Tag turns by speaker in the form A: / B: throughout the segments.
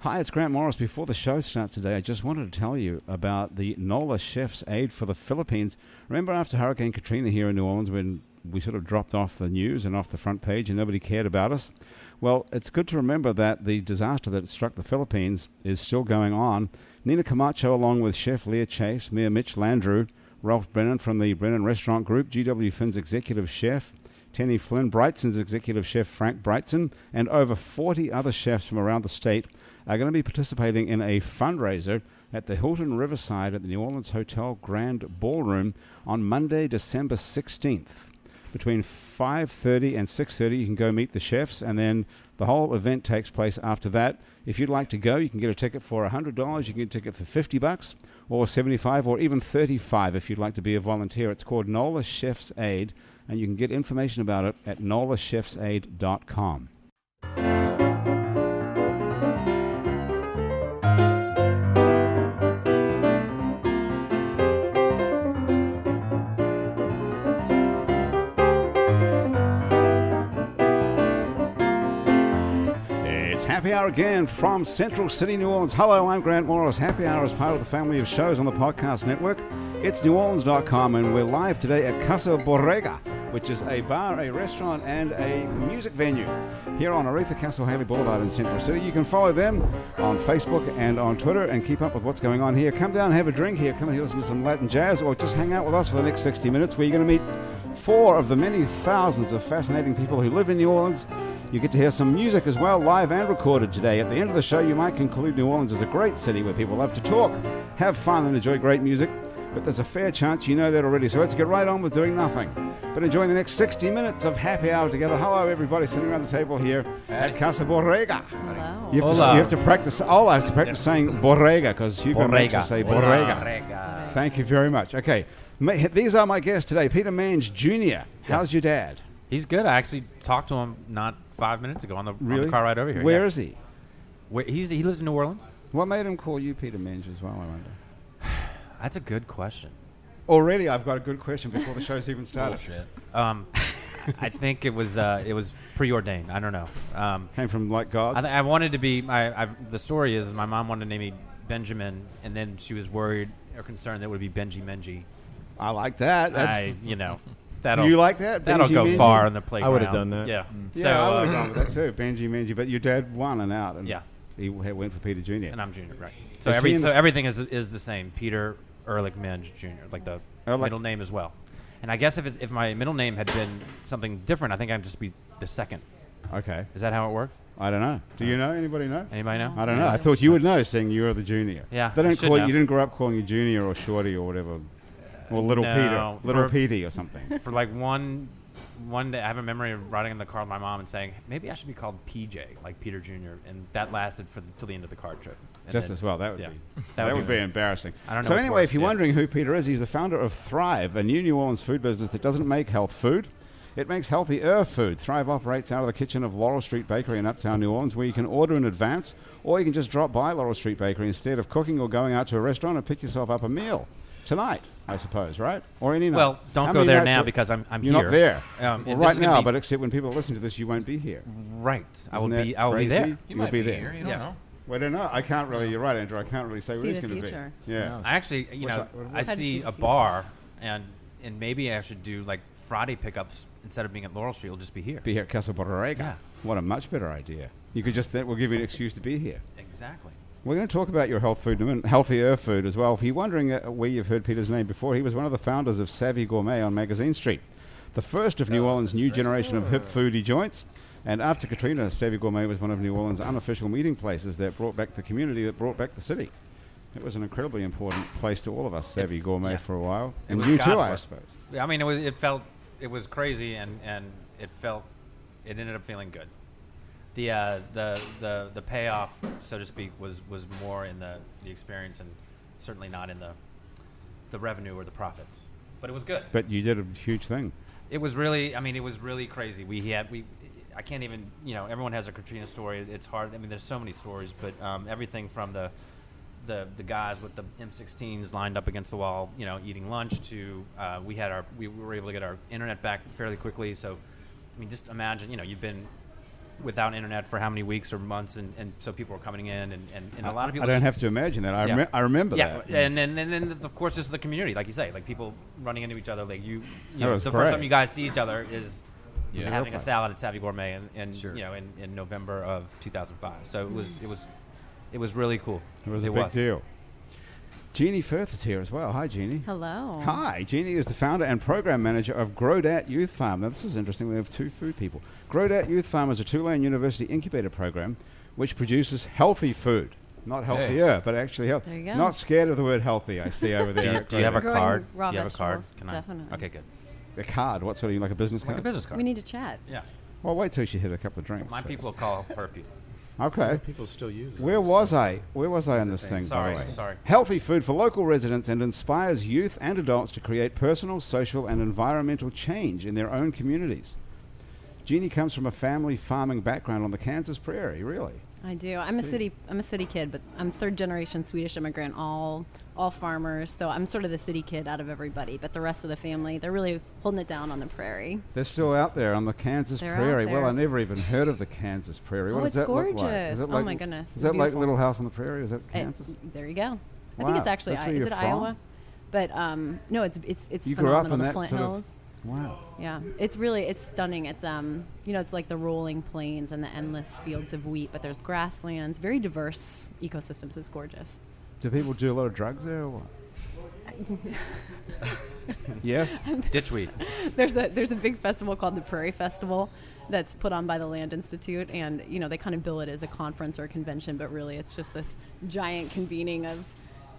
A: Hi, it's Grant Morris. Before the show starts today, I just wanted to tell you about the NOLA Chef's Aid for the Philippines. Remember, after Hurricane Katrina here in New Orleans, when we sort of dropped off the news and off the front page and nobody cared about us? Well, it's good to remember that the disaster that struck the Philippines is still going on. Nina Camacho, along with Chef Leah Chase, Mayor Mitch Landrew, Ralph Brennan from the Brennan Restaurant Group, GW Finn's executive chef, Tenny Flynn, Brightson's executive chef Frank Brightson, and over 40 other chefs from around the state are going to be participating in a fundraiser at the Hilton Riverside at the New Orleans Hotel Grand Ballroom on Monday, December 16th. Between 5:30 and 6:30 you can go meet the chefs and then the whole event takes place after that. If you'd like to go, you can get a ticket for $100, you can get a ticket for 50 bucks or 75 or even 35 if you'd like to be a volunteer. It's called NOLA Chef's Aid and you can get information about it at nolachefsaid.com. It's happy hour again from Central City, New Orleans. Hello, I'm Grant Morris. Happy hour is part of the family of shows on the podcast network. It's neworleans.com, and we're live today at Casa Borrega, which is a bar, a restaurant, and a music venue here on Aretha Castle Haley Boulevard in Central City. You can follow them on Facebook and on Twitter and keep up with what's going on here. Come down, have a drink here, come and listen to some Latin jazz, or just hang out with us for the next 60 minutes where you're going to meet four of the many thousands of fascinating people who live in New Orleans. You get to hear some music as well, live and recorded today. At the end of the show, you might conclude New Orleans is a great city where people love to talk, have fun, and enjoy great music. But there's a fair chance you know that already, so let's get right on with doing nothing. But enjoying the next 60 minutes of happy hour together. Hello, everybody sitting around the table here at Casa Borrega.
B: Hello.
A: You have, to,
C: Hola.
A: you have to practice. All I have to practice saying Borrega because you makes
C: Borrega.
A: us say Borrega.
D: Borrega.
A: Thank you very much. Okay, Ma- these are my guests today. Peter Mange Jr. How's your dad?
C: He's good. I actually talked to him not five minutes ago on the, on the car ride over here.
A: Where
C: yeah.
A: is he?
C: Where- he's, he lives in New Orleans.
A: What made him call you Peter Mange as well? I wonder.
C: That's a good question.
A: Already, I've got a good question before the show's even started.
D: Bullshit.
C: Um, I think it was uh, it was preordained. I don't know. Um,
A: Came from like
C: I,
A: God.
C: th- I wanted to be. I, i the story is, my mom wanted to name me Benjamin, and then she was worried or concerned that it would be Benji Menji.
A: I like that. That's,
C: I, you know,
A: do
C: that'll
A: you like that?
C: that'll
A: Benji
C: go
A: Manji?
C: far in the playground.
E: would've done that. Mm.
C: Yeah.
A: Yeah,
C: So
A: I would
C: uh,
A: have gone with that too, Benji Manji. But your dad won and out, and
C: Yeah.
A: he w- went for Peter Junior.
C: and I'm junior, right? So
A: Is he
C: every
A: in
C: so
A: the f-
C: everything is is the same. Peter Ehrlich Minge Jr. Like the
A: Ehrlich.
C: middle name as well. And I guess if it, if my middle name had been something different, I think I'd just be the second.
A: Okay,
C: Is that how it works? Uh,
A: I don't know. Do you know anybody know?
C: Anybody know?
A: I don't know. I thought you would know, seeing you were the junior.
C: Yeah,
A: they
C: I
A: don't
C: should
A: call
C: know.
A: you. Didn't grow up calling you junior or shorty or whatever, or little
C: no,
A: Peter, little
C: for-
A: Petey or something.
C: For like one one day, I have a memory of riding in the car with my mom and saying, maybe I should be called PJ, like Peter Jr. And that lasted for the, till the end of the car trip. And
A: Just
C: then-
A: as well. That would
C: yeah.
A: be.
C: That
A: That,
C: would
A: would
C: be
A: be embarrassing.
C: I don't know
A: so
C: what's
A: anyway,
C: worse,
A: if you're
C: yeah.
A: wondering who Peter is, he's the founder of Thrive, a new New Orleans food business that doesn't make health food. It makes healthier food. Thrive operates out of the kitchen of Laurel Street Bakery in Uptown New Orleans, where you can order in advance, or you can just drop by Laurel Street Bakery instead of cooking or going out to a restaurant and pick yourself up a meal tonight, I suppose, right? Or any night.
C: Well, don't
A: How
C: go
A: many
C: there
A: nights
C: now
A: are-
C: because I'm- I'm
A: you're
C: here.
A: not there.
C: Um,
A: well,
C: and this
A: right
C: is gonna
A: now,
C: be-
A: but except when people listen to this, you won't be here.
C: Right. I will
A: Isn't that
C: be. I will be
A: crazy?
C: there.
A: You will be there.
D: Here, you don't
C: Yeah.
D: know.
A: Well, I don't know. I can't really. You're right, Andrew. I can't really say where
B: See
A: he's
B: the
A: going to be.
B: future.
A: Yeah.
C: I actually, you
A: What's
C: know,
A: that? What-
C: I
A: what-
C: see a bar, and and maybe I should do like Friday pickups instead of being at Laurel Street. It'll just be here.
A: be here at Casa Borrega.
C: Yeah.
A: What a much better idea. You could just, that will give you an excuse to be here.
C: exactly.
A: We're going to talk about your health food in a minute, healthier food as well. If you're wondering uh, where you've heard Peter's name before, he was one of the founders of Savvy Gourmet on Magazine Street, the first of New Orleans' new generation of hip foodie joints. And after Katrina, Savvy Gourmet was one of New Orleans' unofficial meeting places that brought back the community, that brought back the city. It was an incredibly important place to all of us, Savvy Gourmet,
C: yeah.
A: for a while. And
C: was
A: you
C: God's
A: too, I
C: work.
A: suppose.
C: Yeah, I mean, it was it felt it was crazy, and and it felt it ended up feeling good. The uh, the the the payoff, so to speak, was was more in the the experience, and certainly not in the the revenue or the profits. But it was good.
A: But you did a huge thing.
C: It was really, I mean, it was really crazy. We had, we, I can't even, you know, everyone has a Katrina story. It's hard. I mean, there's so many stories, but um, everything from the, the, the guys with the M16s lined up against the wall, you know, eating lunch to, uh, we had our, we were able to get our internet back fairly quickly. So, I mean, just imagine, you know, you've been without internet for how many weeks or months, and, and so people were coming in, and, and, and a lot of people.
A: I don't have to imagine that. I,
C: Yeah.
A: rem- I remember
C: yeah,
A: that.
C: and then and then of course just the community, like you say, like people running into each other. Like you, you
A: That
C: know,
A: was
C: the
A: great.
C: first time you guys see each other is
B: Yeah.
C: having a
A: Airplane.
C: salad at Savvy Gourmet, and, and
B: Sure.
C: you know, in, in November of 2005. So it was it was it was really cool.
A: It was a big deal. Jeannie Firth is here as well. Hi, Jeannie.
D: Hello.
A: Hi, Jeannie is the founder and program manager of Grodat Youth Farm. Now, this is interesting. We have two food people. Grodat Youth Farm is a Tulane University incubator program which produces healthy food. Not healthier, but actually healthy.
D: There you go.
A: Not scared of the word healthy, I see over there.
C: Do you,
A: at
C: do you have a
A: Grodat.
D: Growing
C: card?
D: raw
C: do you have a card?
D: vegetables, definitely.
C: Okay, good.
A: a card? What sort of, like a business
C: Like
A: card?
C: a business card.
D: We need to chat.
C: yeah.
A: Well, wait till she hit a couple of drinks.
C: My
A: first.
C: people call her people.
A: Okay.
B: People still use it.
A: Where was I? Where was I on this thing?
C: Sorry,
A: by the way?
C: sorry.
A: Healthy food for local residents and inspires youth and adults to create personal, social, and environmental change in their own communities. Jeannie comes from a family farming background on the Kansas prairie, really.
D: I do. I'm a city. I'm a city kid, but I'm third generation Swedish immigrant. All all farmers. So I'm sort of the city kid out of everybody. But the rest of the family, they're really holding it down on the prairie.
A: They're still out there on the Kansas
D: They're out
A: prairie. Well,
D: there.
A: I never even heard of the Kansas prairie. What
D: Oh,
A: does
D: it's
A: that look like?
D: gorgeous.
A: Is it
D: Oh
A: like-
D: my goodness.
A: Is that like
D: Beautiful.
A: Little House on the Prairie? Is that
D: It-
A: Kansas?
D: there you go. I think it's
A: Wow,
D: actually.
A: that's
D: I-
A: where
D: is
A: you're
D: it
A: from?
D: Iowa? But um, no, it's it's it's
A: You grew up
D: phenomenal.
A: in
D: the
A: that
D: Flint
A: sort of-
D: Hills.
A: Wow.
D: Yeah, it's really it's stunning. It's um, you know, it's like the rolling plains and the endless fields of wheat, but there's grasslands, very diverse ecosystems. It's gorgeous.
A: Do people do a lot of drugs there or what? yes?
C: Ditchweed.
D: There's a there's a big festival called the Prairie Festival that's put on by the Land Institute, and you know they kind of bill it as a conference or a convention, but really it's just this giant convening of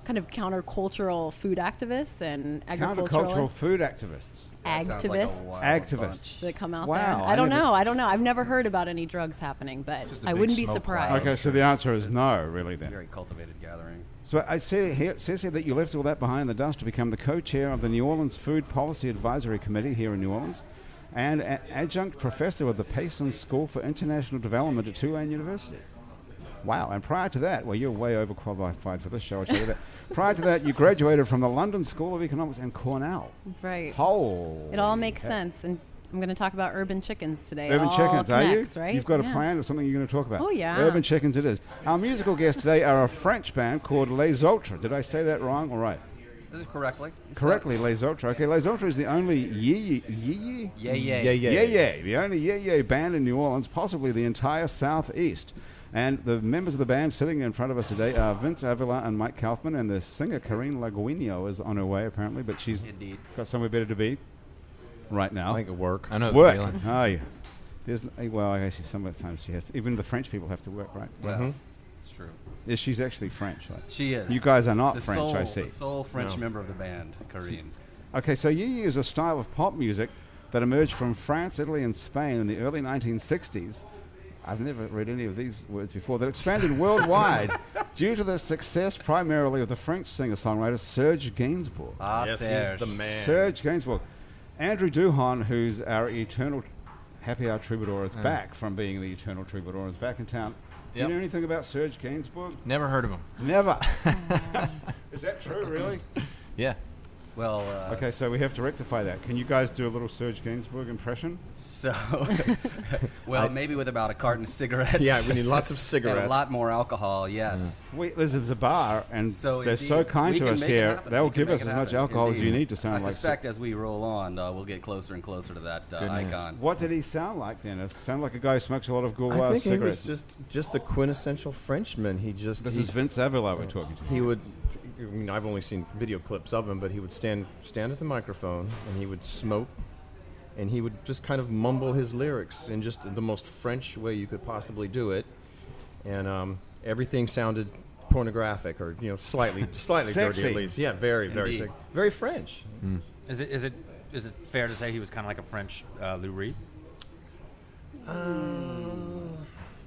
D: kind of countercultural food activists and
A: Countercultural
D: agriculturalists,
A: food activists.
D: activists.
A: Activists.
D: that come out
A: Wow,
D: there.
A: I
D: I don't
A: never-
D: know. I don't know. I've never heard about any drugs happening, but
B: just a
D: I
B: big
D: wouldn't be
B: smoke cloud.
D: surprised.
A: Okay, so the answer is no, really, then.
B: Very cultivated gathering.
A: So uh, I say here, it says here that you left all that behind in the dust to become the co-chair of the New Orleans Food Policy Advisory Committee here in New Orleans, and an adjunct professor with the Payson School for International Development at Tulane University. Wow! And prior to that, well, you're way overqualified for this show. I tell you that. prior to that, you graduated from the London School of Economics and Cornell.
D: That's right.
A: Holy
D: It all makes
A: heck.
D: sense, and I'm going to talk about urban chickens today. It
A: Urban
D: all
A: Chickens,
D: connects,
A: are you?
D: Right?
A: You've got a
D: Yeah.
A: plan of something you're going to talk about.
D: Oh, yeah.
A: Urban Chickens it is. Our musical guests today are a French band called Les Ultra. Did I say that wrong? All right.
E: Is it correctly?
A: Correctly, Les Ultra. Okay, Les Ultra is the only yee yee yee
E: Yeah, yeah.
B: Yeah, yeah.
A: yee yee, the only yee yee band in New Orleans, possibly the entire Southeast. And the members of the band sitting in front of us today are Vince Avila and Mike Kaufman, and the singer Karine Laguinio is on her way apparently, but she's
E: Indeed.
A: got somewhere better to be right now.
B: I think it work.
F: I know the
A: Work.
F: feeling.
A: Oh, yeah. There's, n- well, I guess sometimes she has to. Even the French people have to work, right?
E: Well,
B: Mm-hmm.
E: it's true.
A: Yeah, she's actually French. Like.
E: She is.
A: You guys are not
E: the
A: French,
E: sole,
A: I see.
E: The sole French member of the band, Corinne.
A: Okay, so you use a style of pop music that emerged from France, Italy, and Spain in the early 1960s. I've never read any of these words before. That expanded worldwide due to the success primarily of the French singer-songwriter Serge Gainsbourg.
E: Ah,
B: Yes,
E: Serge.
B: he's the man.
A: Serge Gainsbourg. Andrew Duhon, who's our eternal happy hour troubadour,
F: Uh.
A: is back from being the eternal troubadour, is back in town. Do
F: Yep.
A: you know anything about Serge Gainsbourg?
F: Never heard of him.
A: Never. is that true, really?
F: Yeah.
E: Well, uh,
A: Okay, so we have to rectify that. Can you guys do a little Serge Gainsbourg impression?
E: so, well, maybe with about a carton of cigarettes.
B: Yeah, we need lots of
E: and
B: cigarettes.
E: a lot more alcohol. Yes.
A: We, this is a bar, and
E: So
A: Mm. they're so
E: indeed,
A: kind
E: we
A: to
E: can
A: us
E: make it
A: here.
E: happen.
A: They'll
E: We can
A: give
E: make
A: us
E: it
A: as much
E: happen,
A: alcohol as you
E: indeed.
A: need to sound
E: I
A: like.
E: suspect as we roll on, uh, we'll get closer and closer to that uh,
F: Good news.
E: icon.
A: What did he sound like then? It sounded like a guy who smokes a lot of
B: I
A: Gauloise
B: think he was
A: cigarettes.
B: just just the quintessential Frenchman. He just
A: this
B: he,
A: is Vince Avila we're talking to.
B: he would. I mean, I've only seen video clips of him, but he would stand stand at the microphone and he would smoke, and he would just kind of mumble his lyrics in just the most French way you could possibly do it, and um, everything sounded pornographic or you know slightly slightly dirty
A: Sexy.
B: at least. Yeah, very very
E: Indeed.
B: sexy. very French.
C: Hmm. Is it is it is it fair to say he was kind of like a French uh, Lou Reed?
A: Ah.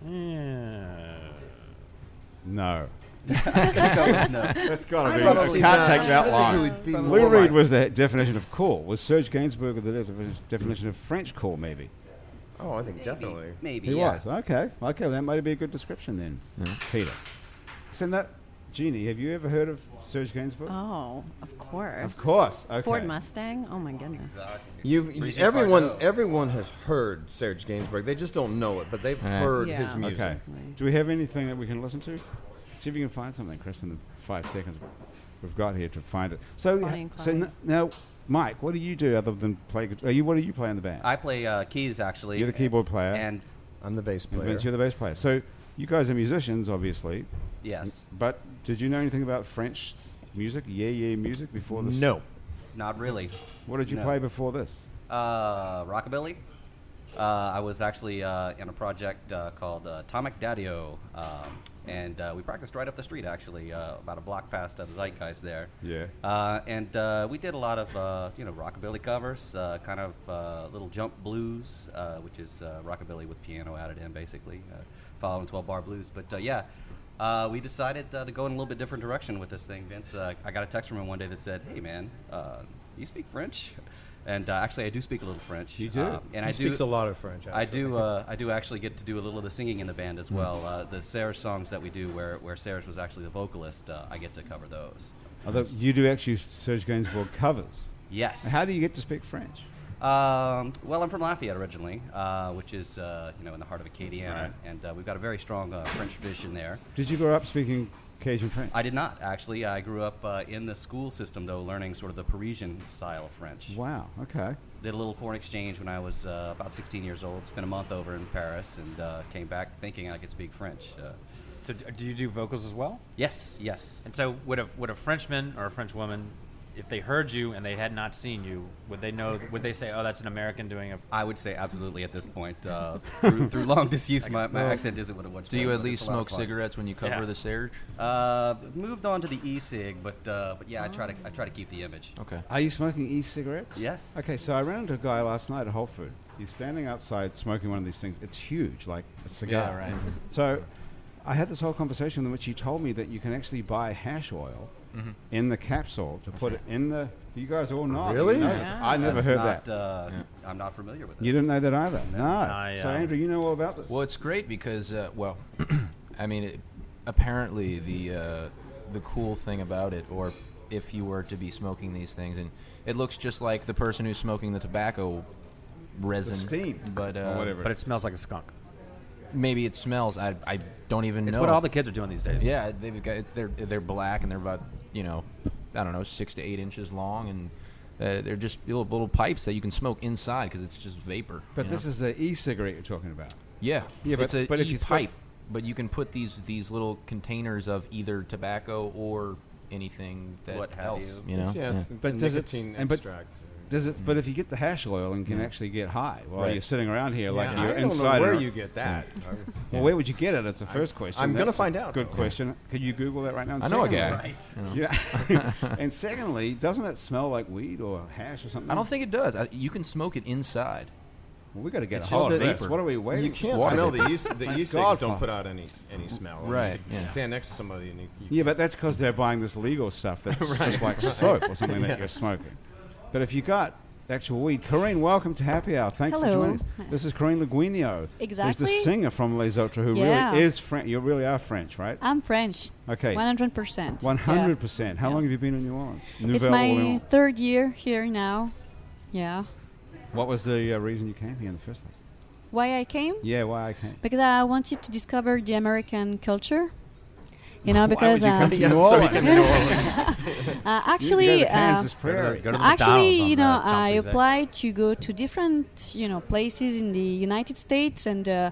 C: Yeah.
A: No,
E: no.
A: that's got to be.
B: don't
A: It
B: see
A: can't
B: that.
A: take
B: I
A: that
B: think it
A: long.
B: would be
A: Lou
B: more
A: Reed
B: like-
A: was the definition of cool. Was Serge Gainsbourg the defi- definition of French cool? Maybe
B: Oh, I think definitely.
E: Maybe.
A: he
E: yeah.
A: was. Okay, okay, well, that might be a good description then, Peter. So that, Jeannie, have you ever heard of Serge Gainsbourg?
D: Oh, of course.
A: Of course. Okay.
D: Ford Mustang. Oh my goodness.
B: You've you-
E: Brigitte
B: everyone
E: Bardot.
B: everyone has heard Serge Gainsbourg. They just don't know it, but they've
F: Right.
B: heard
D: Yeah.
B: his music.
A: Okay. Do we have anything that we can listen to? See if you can find something, Chris, in the five seconds we've got here to find it. So,
D: Bonnie and
A: so
D: Clyde.
A: n- now, Mike, what do you do other than play? guitar? You what do you play in the band?
E: I play uh, keys actually.
A: You're the keyboard player,
E: And
B: I'm the bass
A: and
B: player.
A: Vince, you're the bass player. So you guys are musicians, obviously.
E: yes,
A: But did you know anything about French music? Yeah, yeah, music before this.
B: No.
E: not really.
A: What did you
E: No.
A: play before this?
E: Uh, rockabilly. Uh, I was actually uh, in a project uh, called uh, Atomic Daddio, um, and uh, we practiced right up the street actually, uh, about a block past uh, the Zeitgeist there.
A: Yeah.
E: Uh, and uh, we did a lot of uh, you know rockabilly covers, uh, kind of uh, little jump blues, uh, which is uh, rockabilly with piano added in, basically, uh, following twelve bar blues. But uh, yeah, uh, we decided uh, to go in a little bit different direction with this thing, Vince. Uh, I got a text from him one day that said, "Hey man, uh, you speak French?" And uh, actually, I do speak a little French.
A: You do?
E: Um, and
B: he
E: I
B: speaks
E: do,
B: a lot of French.
E: I
B: actually. Hmm.
E: do. Uh, I do actually get to do a little of the singing in the band as well. Uh, the Serge songs that we do, where where Serge was actually the vocalist, uh, I get to cover those.
A: Although you do actually Serge Gainsbourg covers.
E: Yes.
A: How do you get to speak French?
E: Um, well, I'm from Lafayette originally, uh, which is uh, you know in the heart of Acadiana,
A: Right.
E: and uh, we've got a very strong uh, French tradition there.
A: Did you grow up speaking Cajun French?
E: I did not actually. I grew up uh, in the school system though, learning sort of the Parisian style of French.
A: wow. Okay.
E: Did a little foreign exchange when I was uh, about 16 years old. Spent a month over in Paris and uh, came back thinking I could speak French. Uh,
C: So d- do you do vocals as well?
E: yes, yes.
C: And so would a would a Frenchman or a French woman, if they heard you and they had not seen you, would they know? Would they say, "Oh, that's an American doing a"?
E: I would say absolutely at this point. Uh, through, through long disuse, my, my accent isn't what it once was.
F: Do you at
E: but
F: least
E: it's a lot of
F: smoke
E: fun.
F: cigarettes when you cover
C: Yeah.
F: the Serge?
E: Uh, moved on to the e-cig, but uh, but yeah, I try to I try to keep the image.
F: Okay.
A: Are you smoking e-cigarettes?
E: Yes.
A: Okay, so I ran into a guy last night at Whole Food. He's standing outside smoking one of these things. It's huge, like a cigar.
F: Yeah, right.
A: So I had this whole conversation in which he told me that you can actually buy hash oil
F: Mm-hmm.
A: in the capsule to put it in the. You guys all know.
B: Really?
A: You know this. I never
E: That's
A: heard
E: not,
A: that.
E: Uh, I'm not familiar with it.
A: you didn't know that either. No.
C: I,
A: so
C: um,
A: Andrew, you know all about this.
F: Well, it's great because, uh, well, I mean, it, apparently the uh, the cool thing about it, or if you were to be smoking these things, and it looks just like the person who's smoking the tobacco resin,
A: steam,
F: but uh,
A: or whatever.
C: But it smells like a skunk.
F: Maybe it smells. I, I don't even
C: It's
F: know.
C: what all the kids are doing these days.
F: yeah, they've got it's they're they're black and they're about you know, I don't know six to eight inches long and. Uh, they're just little, little pipes that you can smoke inside because it's just vapor.
A: But
F: you know?
A: this is the e-cigarette you're talking about.
F: Yeah,
A: Yeah, but-
F: it's a
A: but if
F: e
A: you smoke-
F: pipe, but you can put these these little containers of either tobacco or anything that
E: What have
F: else.
E: you.
F: You, know,
B: yeah, it's
A: But
B: a
A: does it-
B: nicotine
A: and but-
B: extract. Mm.
A: Does it? But if you get the hash oil and can actually get high while
F: Right.
A: you're sitting around here, like
B: Yeah,
A: you're
B: I don't
A: inside,
B: know where
A: or-
B: you get that.
A: Well, where would you get it? That's the first question.
B: I'm gonna
A: That's a
B: find out,
A: Good
B: though.
A: question. Could you Google that right now? And
F: I know a
A: secondly-
F: guy.
E: Right.
A: Yeah. and secondly, doesn't it smell like weed or hash or something?
F: I don't think it does. I, you can smoke it inside.
A: Well, we got to get
F: It's
A: a hold of
F: just
A: this.
F: Oh, vapor.
A: What are we waiting?
B: you can't
A: for?
B: smell the use. The
A: Thank
B: use
A: God
B: don't
A: for-
B: put out any s- any smell. I mean,
F: Right,
B: You
F: yeah.
B: stand next to somebody and you. you
A: Yeah, but that's because they're buying this legal stuff that's just like soap or something that you're smoking. But if you got actual weed, Corrine, welcome to Happy Hour. Thanks for
G: Hello.
A: joining us. This is Corrine Leguinio, who's the
G: Exactly.
A: singer from Les Autres, who
G: Yeah.
A: really is French. You really are French, right?
G: I'm French.
A: Okay.
G: 100%.
A: One
G: Yeah.
A: hundred percent. How long have you been in New Orleans?
G: It's
A: Nouvelle
G: my
A: Orleans.
G: third year here now. Yeah.
A: What was the uh, reason you came here in the first place?
G: Why I came?
A: Yeah, why I came.
G: Because I wanted to discover the American culture. You know, because
A: why
G: uh,
A: would you
B: Yeah,
A: come to New
B: so you
A: Orleans?
B: can New Orleans.
G: uh,
A: You can go
G: actually,
A: to
G: uh,
A: Kansas Prairie.
C: Go to the McDonald's
G: actually,
C: on
G: you
C: the
G: know,
C: Champs
G: I
C: Elysees.
G: applied to go to different, you know, places in the United States and. Uh,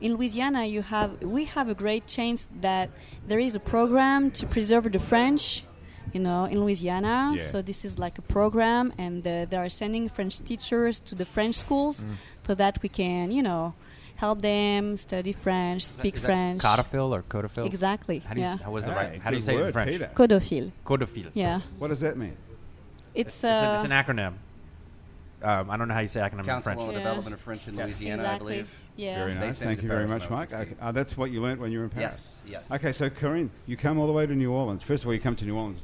G: in Louisiana, you have we have a great chance that there is a program to preserve the French, you know, in Louisiana.
A: Yeah.
G: So this is like a program, and uh, they are sending French teachers to the French schools so that we can, you know, help them study French, speak French.
C: Codafil or codafil?
G: Exactly.
C: How do you,
G: yeah.
C: how was the
A: Ah,
C: right? How do you
A: good
C: say it in
A: word,
C: French?
A: Peter.
G: Codophile.
C: Codafil.
G: Yeah.
A: What does that mean?
G: It's,
C: It's, a,
G: uh,
C: it's an acronym. Um, I don't know how you say acronym in
E: Council
C: French.
E: on the
G: Yeah.
E: Development of French in
C: Yes.
E: Louisiana, I
G: exactly.
E: believe.
G: Yeah.
A: Very
E: They
A: nice.
E: sent me
A: Thank
E: to
A: you very
E: Paris when
A: much,
E: I was
A: Mike.
E: 16.
A: Okay, uh, that's what you learned when you were in Paris.
E: Yes, yes.
A: Okay, so Corinne, you come all the way to New Orleans. First of all, you come to New Orleans,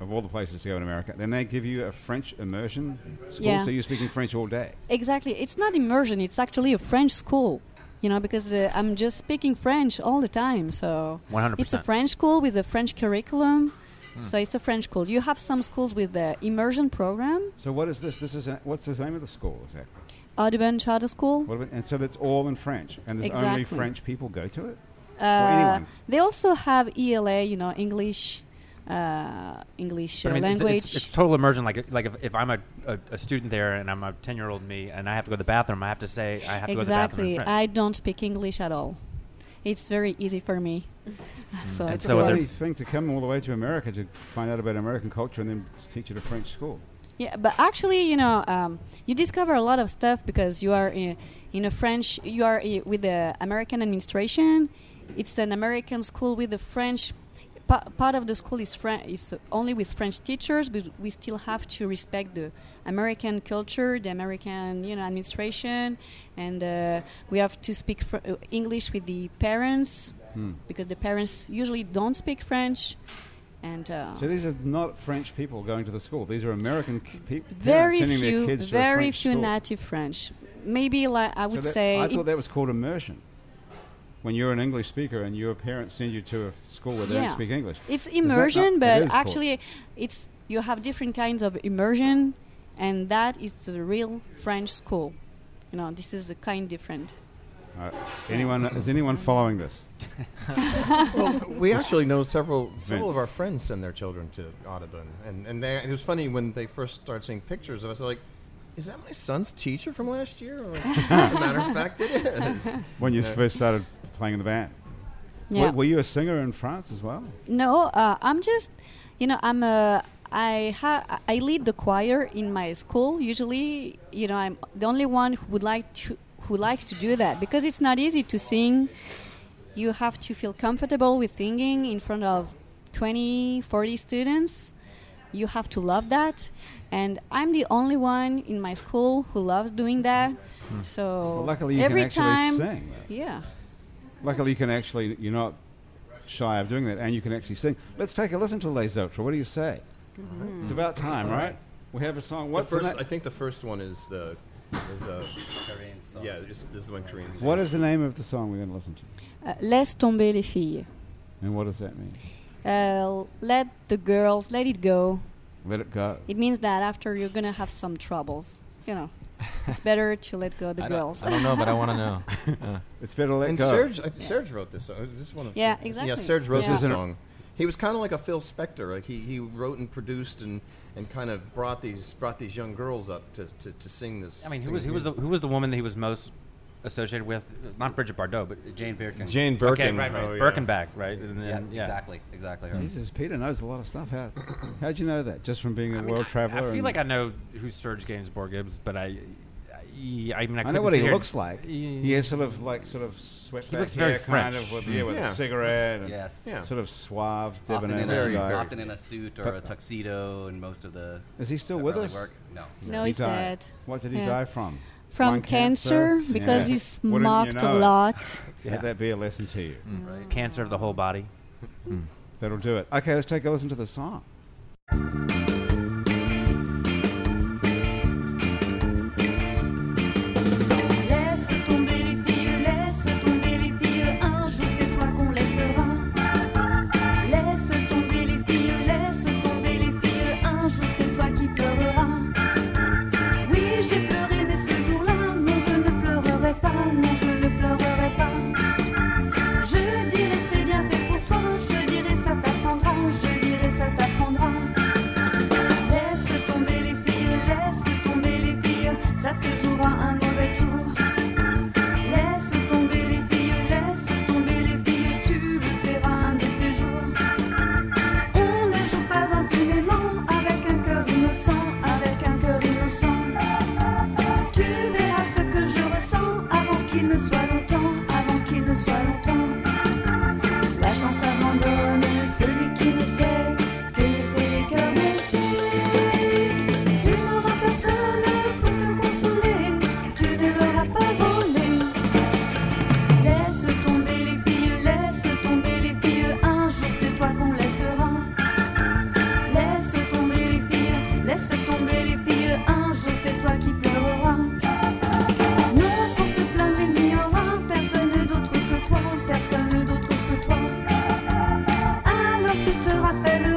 A: of all the places to go in America. Then they give you a French immersion school,
G: Yeah.
A: so you're speaking French all day.
G: Exactly. It's not immersion. It's actually a French school. You know, because uh, I'm just speaking French all the time. So
C: 100%.
G: it's a French school with a French curriculum.
C: Hmm.
G: So it's a French school. You have some schools with the immersion program,
A: So what is this? This is a, what's the name of the school exactly?
G: Audubon Charter School.
A: What about, and so that's all in French, and there's only
G: Exactly.
A: French people go to it.
G: Uh,
A: anyone.
G: they also have ELA, you know, English, uh, English uh,
C: But I mean, it's-
G: language.
C: It's, it's total immersion. Like, like if, if I'm a, a, a student there and I'm a ten year old me and I have to go to the bathroom, I have to say I have to
G: exactly.
C: go to the bathroom. in French.
G: I don't speak English at all. It's very easy for me. so
C: Mm. And
G: it's
C: so
A: a
G: cool.
C: are there-
A: funny thing to come all the way to America to find out about American culture and then teach at a French school.
G: Yeah, but actually, you know, um, you discover a lot of stuff because you are in, in a French, you are i- with the American administration. It's an American school with the French. Pa- part of the school is French, is only with French teachers, but we still have to respect the American culture, the American, you know, administration, and uh, we have to speak fr- uh, English with the parents because the parents usually don't speak French, and. Uh,
A: So these are not French people going to the school. These are American ki- pe- parents
G: very
A: sending
G: few,
A: their kids to a
G: very
A: French
G: few
A: school.
G: native French. Maybe like I
A: So
G: would
A: that-
G: say,
A: I
G: it-
A: thought that was called immersion. When you're an English speaker and your parents send you to a f- school where they
G: Yeah.
A: don't speak English,
G: it's
A: not-
G: immersion,
A: it
G: but
A: is called-
G: actually, it's you have different kinds of immersion, and that is the real French school. You know, this is a kind different.
A: All right. anyone is anyone following this?
B: well, we actually know several several
A: Vince.
B: of our friends send their children to Audubon, and and they, it was funny when they first started seeing pictures of us. They're like, "Is that my son's teacher from last year?" I'm like, As a matter of fact, it is.
A: When you
B: Yeah.
A: first started playing in the band,
G: Yeah.
A: were, were you a singer in France as well?
G: No, uh, I'm just, you know, I'm a. I ha- I lead the choir in my school. Usually, you know, I'm the only one who would like to who likes to do that because it's not easy to sing. You have to feel comfortable with singing in front of 20, 40 students. You have to love that, and I'm the only one in my school who loves doing that. So
A: Hmm. Well, luckily you
G: every
A: can actually
G: time,
A: sing. though.
G: yeah.
A: Luckily, you can actually, you're not shy of doing that, and you can actually sing. Let's take a listen to Les Autres. What do you say?
G: Mm-hmm.
A: It's about time, right? We have a song.
B: The
A: What's the
B: first,
A: na-
B: I think the first one is the is uh,
E: Korean song.
B: yeah. This, this is the one Korean.
A: what is the name of the song we're going to listen to?
G: Uh, laisse tomber les filles.
A: And what does that mean?
G: uh, let the girls let it go.
A: Let it go.
G: It means that after you're gonna have some troubles, you know. it's better to let go the
F: I don't,
G: girls.
F: I don't know, but I want to know.
A: It's better to let
B: And
A: go.
B: Serge, I, think Serge wrote this song. Is this one of
G: Yeah,
B: Yeah,
G: exactly.
B: Serge wrote
G: This
A: is
B: this
A: an-
B: song. He was kind of like a Phil Spector. Like he, he wrote and produced and, and kind of brought these brought these young girls up to, to, to sing this.
C: I mean, who
B: thing of
C: was who was the
B: music.
C: who was the woman that he was most associated with? Not Bridget Bardot, but
E: Jane Birkin.
B: Jane Birkin?
C: okay, right, right,
B: oh, yeah.
C: Birkenback, right? And
E: Yeah,
C: then, yeah. Mm-hmm.
E: exactly, exactly. Her.
A: Jesus, Peter knows a lot of stuff. How, how'd you know that? Just from being a
C: I mean,
A: world
C: I-
A: traveler?
C: I, feel
A: and-
C: like I know who Serge Gainsbourg is, but I, I, I mean, I,
A: I know
C: couldn't
A: what he
C: sit here-
A: looks like.
C: Yeah.
A: He has sort of like sort of swept
C: He
A: back
C: looks very
A: hair, kind
C: French.
A: of with, Mm. yeah, with
B: Yeah.
A: a cigarette and
E: Yes.
B: Yeah.
A: sort of suave,
E: Often
A: debonair
E: in,
B: Very,
E: a,
A: guy.
B: very
E: often in a suit or a tuxedo, and most of the
A: uh, Is he still
E: the
A: with
E: early
A: us?
E: Work. No.
G: no,
A: He
G: it's
A: died.
G: dead.
A: What did he
G: Yeah.
A: die from?
G: From
A: Lung
G: cancer, because
A: Yeah.
G: he's
A: Wouldn't you
G: mocked
A: know
G: a
A: it?
G: lot.
A: Let that be a lesson to you.
C: Mm.
A: Hmm.
C: cancer of the whole body.
A: That'll do it. Okay, let's take a listen to the song.
H: Laisse tomber les filles, laisse tomber les filles, un jour c'est toi qu'on laissera. Laisse tomber les filles, laisse tomber les filles, un jour c'est toi qui pleureras. Oui, j'ai pleuré, mais ce jour-là, non, je ne pleurerai pas, non, je ne pleurerai pas. Je dirai c'est bien fait pour toi, je dirai ça t'apprendra, je dirai ça t'apprendra. Laisse tomber les filles, laisse tomber les filles, ça te jouera un mauvais tour. Laisse tomber les filles, laisse tomber les filles, tu le paieras un de ces jours. On ne joue pas impunément avec un cœur innocent, avec un cœur innocent. Tu verras ce que je ressens avant qu'il ne soit longtemps, avant qu'il ne soit longtemps. La chance abandonne celui qui ne sait que laisser les cœurs blessés. Tu n'auras personne pour te consoler, tu ne l'auras pas volé. Laisse tomber les filles, laisse tomber les filles, un jour c'est toi qu'on laissera. Laisse tomber les filles, laisse tomber les filles, un jour c'est toi qui pleureras. Ne porte plaindre, il n'y aura personne d'autre que toi, personne d'autre que toi. Alors tu te rappelles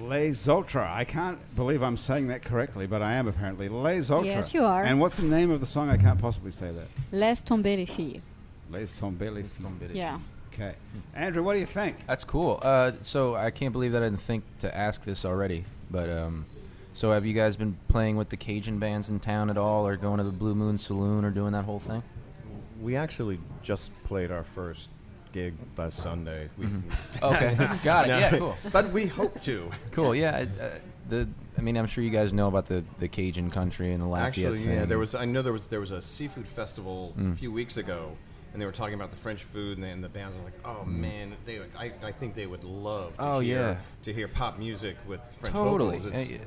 A: Les Ultra. I can't believe I'm saying that correctly, but I am apparently. Les Ultra.
G: Yes, you are.
A: And what's the name of the song? I can't possibly say that.
G: Laisse tomber les filles.
A: Les Tombelli.
G: Yeah.
A: Okay. Andrew, what do you think?
F: That's cool. Uh, so I can't believe that I didn't think to ask this already. But um, so have you guys been playing with the Cajun bands in town at all, or going to the Blue Moon Saloon, or doing that whole thing?
B: We actually just played our first gig last Sunday. We,
F: Mm-hmm. Okay, got it.
B: No.
F: Yeah, cool,
B: but we hope to.
F: cool. Yeah, I- uh, the I mean, I'm sure you guys know about the the Cajun country and the Lafayette
B: Actually,
F: thing.
B: yeah, there was. I know there was there was a seafood festival
F: Mm.
B: a few weeks ago, and they were talking about the French food, and, they, and the bands were like, "Oh man, they would, I, I think they would love to
F: Mm-hmm. Oh,
B: hear
F: yeah.
B: to hear pop music with French
F: totally.
B: vocals."
F: Uh,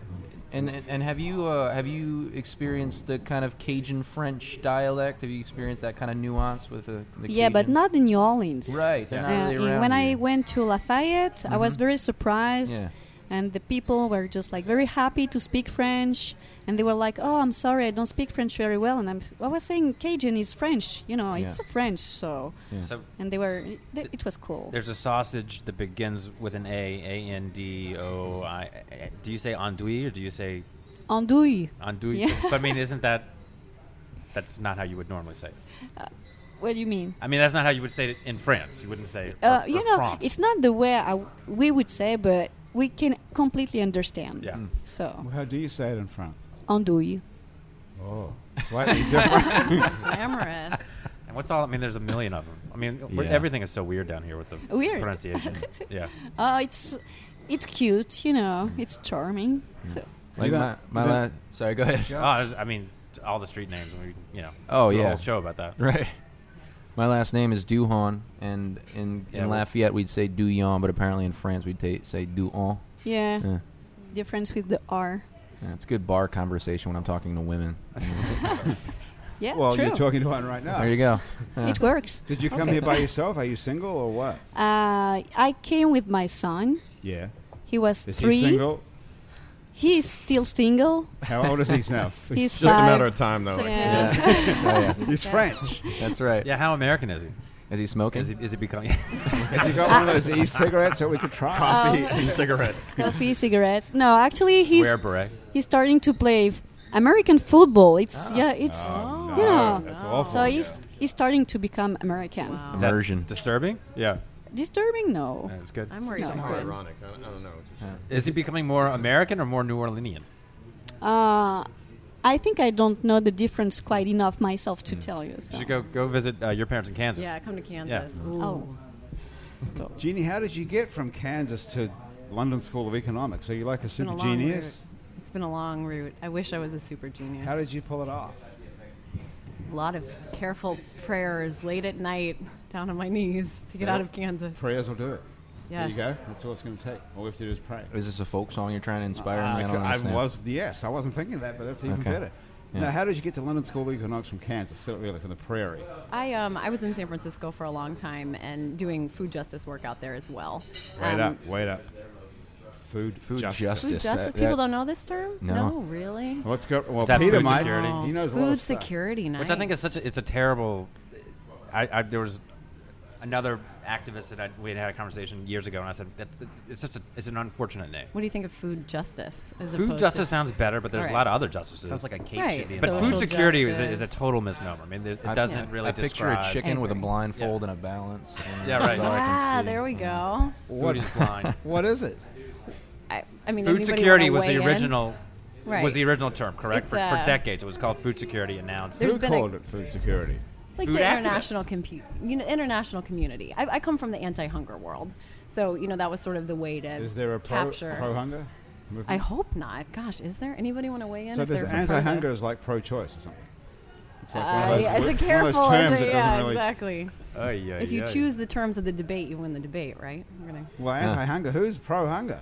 F: And, and and have you uh, have you experienced the kind of Cajun French dialect? Have you experienced that kind of nuance with the, the
G: Yeah, but
F: Cajun-
G: not in New Orleans.
F: right. They're not
G: Yeah,
F: really
G: in-
F: around
G: when I
F: you.
G: went to Lafayette, I
A: Mm-hmm.
G: was very surprised.
F: Yeah.
G: And the people were just like very happy to speak French. And they were like, oh, I'm sorry, I don't speak French very well. And I'm, I was saying Cajun is French, you know, it's a
F: Yeah.
G: French. So,
C: So
G: and they were, th- it was cool.
C: there's a sausage that begins with an A, A N D O I. Do you say andouille or do you say
G: Andouille.
C: andouille?
G: Yeah.
C: But I mean, isn't that that's not how you would normally say it?
G: Uh, What do you mean?
C: I mean, that's not how you would say it in France. You wouldn't say.
G: Uh,
C: or-
G: you
C: or
G: know,
C: France.
G: it's not the way I, we would say, but we can completely understand.
C: Yeah. Mm.
G: So,
A: How do you say it in France?
G: andouille.
A: Oh, slightly different.
D: Glamorous.
C: And what's all? I mean, there's a million of them. I mean, we're-
F: Yeah.
C: everything is so weird down here with the
G: Weird.
C: pronunciation. yeah.
G: Uh, it's, it's cute, you know, it's charming.
C: Hmm.
G: So.
F: like
A: You
F: my,
A: don't-
F: my
A: you
F: la-
A: don't-
F: sorry, go ahead.
C: Oh, I, was- I mean, t- all the street names. We, you know.
F: Oh,
C: do a
F: yeah.
C: whole show about that.
F: Right. My last name is Duhon, and in,
C: Yeah,
F: in
C: we-
F: Lafayette we'd say Duyon, but apparently in France we'd ta say Duon.
G: Yeah.
F: Yeah.
G: Difference with the R.
F: Yeah, it's good bar conversation when I'm talking to women.
G: Yeah,
A: well,
G: true.
A: you're talking to one right now.
F: There you go.
G: it works.
A: Did you come
G: Okay.
A: here by yourself? Are you single or what?
G: Uh, I came with my son.
A: Yeah.
G: He was
A: Is
G: three.
A: he single?
G: He's still single.
A: How old is he now?
G: He's
B: It's just a
G: five.
B: matter of time, though.
G: So-
B: actually.
F: Yeah. Oh, yeah.
A: He's French.
F: That's right.
C: Yeah. How American is he?
F: Is he smoking?
C: Is he? Is he becoming?
A: Has he got one of those e-cigarettes that we could
G: Um,
A: try?
B: Coffee and cigarettes.
G: Coffee, cigarettes. No, actually, he's
C: wear a beret.
G: he's starting to play f- American football. It's yeah, it's
A: Oh,
G: you
A: no,
G: know.
A: that's awful.
G: so he's he's starting to become American.
C: Is that
F: Immersion.
C: Disturbing. Yeah.
G: Disturbing? No.
C: That's good.
D: I'm worried.
B: Somehow
D: about
B: ironic. I don't, I don't know. It's just-
C: Is he becoming more American or more New Orleanian?
G: Uh, I think I don't know the difference quite enough myself
A: Mm.
G: to tell you.
C: You
G: so.
C: should go go visit uh, your parents in Kansas.
D: Yeah, come to Kansas. Ooh.
G: Oh,
A: Jeannie, how did you get from Kansas to London School of Economics? Are you like a
D: been a
A: super
D: long
A: genius?
D: route. It's been a long route. I wish I was a super genius.
A: How did you pull it off?
D: a lot of careful prayers late at night, down on my knees to get
A: Yeah.
D: out of Kansas.
A: Prayers will do it. There you
D: Yes.
A: go. That's all it's going to take. All we have to do is pray.
F: Is this a folk song you're trying to inspire
A: Ah,
F: me? I
A: I,
F: don't
A: cou- I
F: understand.
A: was yes, I wasn't thinking that, but that's even
F: Okay.
A: better.
F: Yeah.
A: Now, how did you get to London School of Economics from Kansas? Still, really from the prairie.
D: I um I was in San Francisco for a long time and doing food justice work out there as well.
A: Wait
D: Um,
A: up, wait up. Food,
F: Food
A: justice.
F: justice.
D: Food
F: Yes,
D: justice.
F: that-
B: uh,
D: People
F: that-
D: don't know this term.
F: No.
D: really.
A: Let's go. Well,
C: that
A: Peter
C: food
A: might.
C: security?
D: Oh,
A: He knows a lot
D: food
A: of stuff.
D: security. Nice.
C: Which I think is such a, it's a terrible. I, I there was another activist that I, we had had a conversation years ago, and I said that it's such a, it's an unfortunate name.
D: What do you think of food justice? As
C: Food
D: opposed
C: justice
D: to,
C: sounds better, but there's
D: All
C: a
D: right.
C: lot of other justices.
E: Sounds like a cake
D: Right,
E: should be
D: so-
C: but
E: involved.
C: food
D: Social
C: security is a,
D: justice.
C: is a total misnomemer. I mean, there's- it
F: I-
C: doesn't
D: yeah.
C: really
F: I picture
C: describe.
F: a chicken with a
D: Angry.
F: blindfold and a balance. and
C: Yeah,
F: that's
C: right.
F: all I can
D: Ah,
F: see.
D: there we go.
A: What-
C: Food is blind.
A: What is it?
D: I, I mean,
C: food
D: anybody
C: security
D: wanna
C: was the
D: weigh in?
C: original.
D: Right.
C: Was the original term correct
D: It's,
C: for, for
D: uh,
C: decades? It was called food security, and now it's
D: There's
A: Who
D: been a-
A: called it food security?
D: like
C: Food
D: the
C: activists.
D: international compu- you know, international community. I, I come from the anti-hunger world, so you know that was sort of the way to
A: Is there a pro,
D: capture.
A: pro hunger?
D: I hope not. Gosh, is there anybody want to weigh in?
A: So
D: if
A: there's
D: they're from Persia?
A: anti-hunger is like pro-choice or something. It's like one of
D: Uh,
A: those-
D: yeah, it's a
A: one of those
D: careful. it's
A: terms
D: a-
A: that doesn't
D: yeah,
A: really-
D: exactly.
C: Ay, ay,
D: If you
C: ay.
D: choose the terms of the debate, you win the debate, right? We're gonna,
A: Well, anti-hunger. Who's pro-hunger?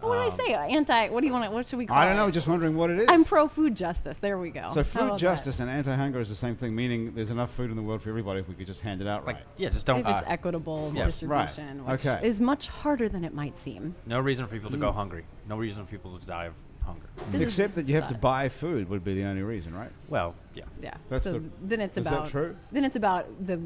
D: Oh, what did I say? Anti. What do you want? to What should we call?
A: I don't know.
D: it?
A: Just wondering what it is.
D: I'm pro food justice. There we go. How
A: So food
D: about
A: justice and anti-hunger is the same thing, meaning there's enough food in the world for everybody if we could just hand it out
C: like
A: right.
C: yeah, just
D: that?
C: don't.
D: If it's
C: uh,
D: equitable
C: Yes,
D: distribution,
A: right.
D: which
A: Okay.
D: is much harder than it might seem.
C: no reason for people to go hungry. No reason for people to die of hunger.
D: This is-
A: Except that you have to buy food would be the only reason, right?
C: Well, yeah.
D: Yeah.
A: That's
D: so
A: the-
D: then it's
A: is that
D: about
A: true?
D: then it's about the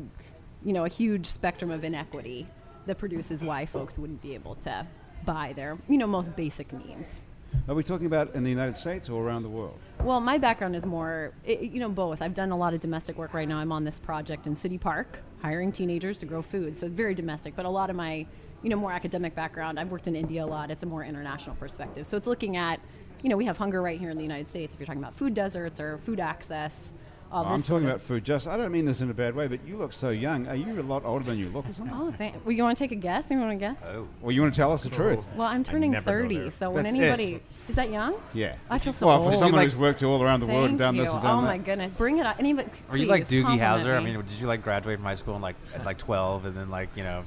D: you know a huge spectrum of inequity that produces why folks wouldn't be able to buy their, you know, most basic needs.
A: Are we talking about in the United States or around the world?
D: Well, my background is more, i- i you know, both. I've done a lot of domestic work right now. I'm on this project in City Park, hiring teenagers to grow food. So very domestic, but a lot of my, you know, more academic background. I've worked in India a lot. It's a more international perspective. So it's looking at, you know, we have hunger right here in the United States. If you're talking about food deserts or food access, all
A: I'm
D: this.
A: talking about food. Just I don't mean this in a bad way, but you look so young. Are you a lot older than you look or something?
D: Oh, thank. Well, you want to take a guess? You want to guess?
C: Oh.
A: Well, you want to tell us the truth?
D: Well, I'm turning
B: never go
D: 30,
B: there.
D: so when
A: That's it.
D: anybody is that young?
A: Yeah.
D: I feel so
A: well,
D: old.
A: for someone
C: like-
A: who's worked all around the world and
D: Thank
A: done
D: you.
A: this and
D: oh
A: done
D: my
A: that.
D: goodness, bring it up. Anybody,
C: Were you like
D: please,
C: Doogie Howser? I
D: compliment me.
C: mean, did you like graduate from high school and like at like 12 and then like, you know,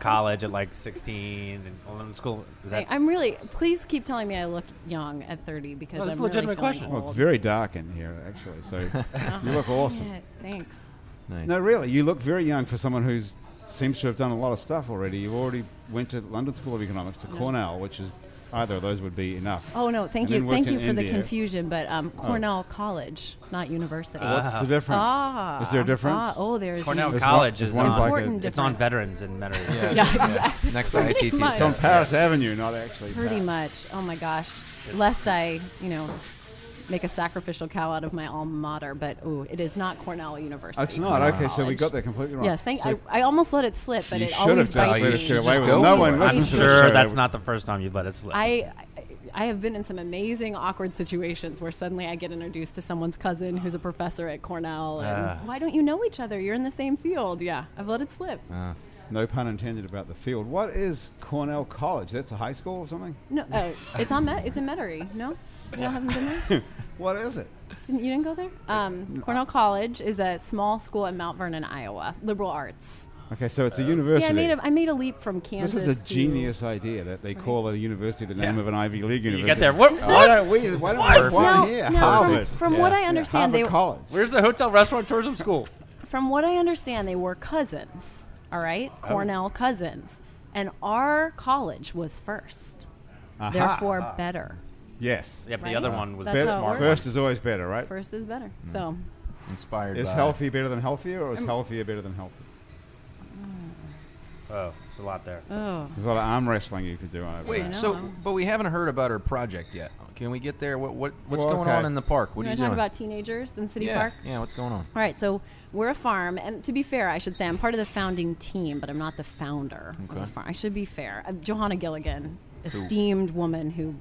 C: college at like 16 and well, in school? Was that
D: Hey, I'm really. Please keep telling me I look young at 30 because
C: No,
D: I'm
C: that's a legitimate
D: really feeling
C: question.
A: Well, it's
D: old.
A: very dark in here, actually. So you look awesome.
D: Yeah, thanks.
F: Nice.
A: No, really, you look very young for someone who seems to have done a lot of stuff already. You already went to London School of Economics to Cornell, which is either of those would be enough.
D: Oh no, thank
A: And then
D: you,
A: worked
D: thank
A: in
D: you for the
A: India. Oh.
D: confusion. But um, Cornell College, not university.
A: What's the difference?
D: ah,
A: is there a difference?
D: Ah, oh, there's
C: Cornell
A: There's one-
C: College
A: there's
C: is
A: one's
C: on,
A: like a-
D: Important
C: it's on
D: difference.
C: veterans and veterans.
F: Yeah,
D: Yeah,
F: Next to ITT.
D: much.
A: It's on Paris Avenue, not actually. Uh,
D: Pretty
A: Paris.
D: much. Oh my gosh. Lest I, you know, make a sacrificial cow out of my alma mater, but ooh, it is not Cornell University.
A: It's not
D: Cornell
A: okay. So we
D: College.
A: got that completely wrong.
D: Yes, thank.
A: So
D: I, I almost let it slip, but
A: you
D: it
A: should
D: always
A: have just
D: bites me.
A: let us
F: you
A: get
F: should
A: away
F: just
A: with it.
F: go
A: No
F: for
A: one
F: it.
C: I'm
A: listens to the
C: sure
A: show.
C: that's not the first time you've let it slip.
D: I I have been in some amazing awkward situations where suddenly I get introduced to someone's cousin who's a professor at Cornell, and
F: Ah.
D: why don't you know each other? You're in the same field. Yeah, I've let it slip.
F: Ah.
A: No pun intended about the field. What is Cornell College? That's a high school or something?
D: No, oh, it's on Met. It's in Metairie. No, you all haven't been there.
A: What is it?
D: Didn't, you didn't go there? Um, Cornell College is a small school in Mount Vernon, Iowa. Liberal arts.
A: Okay, so it's a
D: Uh, See,
A: university.
D: I made a, I made a leap from
A: this
D: Kansas.
A: is a
D: to-
A: genius idea that they call a university the name
C: Yeah.
A: of an Ivy League
C: you
A: university.
C: get there. What,
A: Why
C: what?
A: don't we? Why don't we have
D: No,
A: one here?
D: no, from,
A: Harvard.
D: from
F: Yeah.
D: what I
A: Yeah,
D: understand,
A: Harvard
D: they
A: College.
C: Where's the hotel restaurant tourism school?
D: from what I understand, they were cousins. All right,
A: Oh.
D: Cornell cousins, and our college was first, therefore better.
A: Yes.
C: Yeah, but
D: Right?
C: the other one was
D: That's
A: First,
D: how it works.
A: first is always better, right? Mm.
D: First is better. So
F: Inspired
A: Is
F: by
A: healthy better than healthier, or is healthier better than healthy?
C: Oh, there's a lot there.
A: There's a lot of arm wrestling you could do over
F: Wait,
A: there.
F: so but we haven't heard about her project yet. Can we get there? What what what's
A: Well,
F: going
A: okay.
F: on in the park? What
D: you
F: are you
D: talk
F: doing?
D: about teenagers in City
F: yeah,
D: Park?
F: yeah. What's going on?
D: All right, so we're a farm, and to be fair, I should say I'm part of the founding team, but I'm not the founder of
F: Okay.
D: the farm. I should be fair. i Johanna Gilligan, esteemed woman who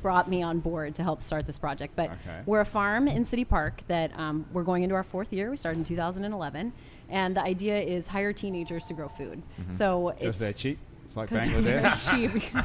D: brought me on board to help start this project. But
A: Okay.
D: we're a farm in City Park that um, we're going into our fourth year. We started in 2011, and the idea is hire teenagers to grow food. So
A: Mm-hmm. Because
D: it's
A: they're cheap. It's like
D: 'cause
A: Bangladesh.
D: they're cheap.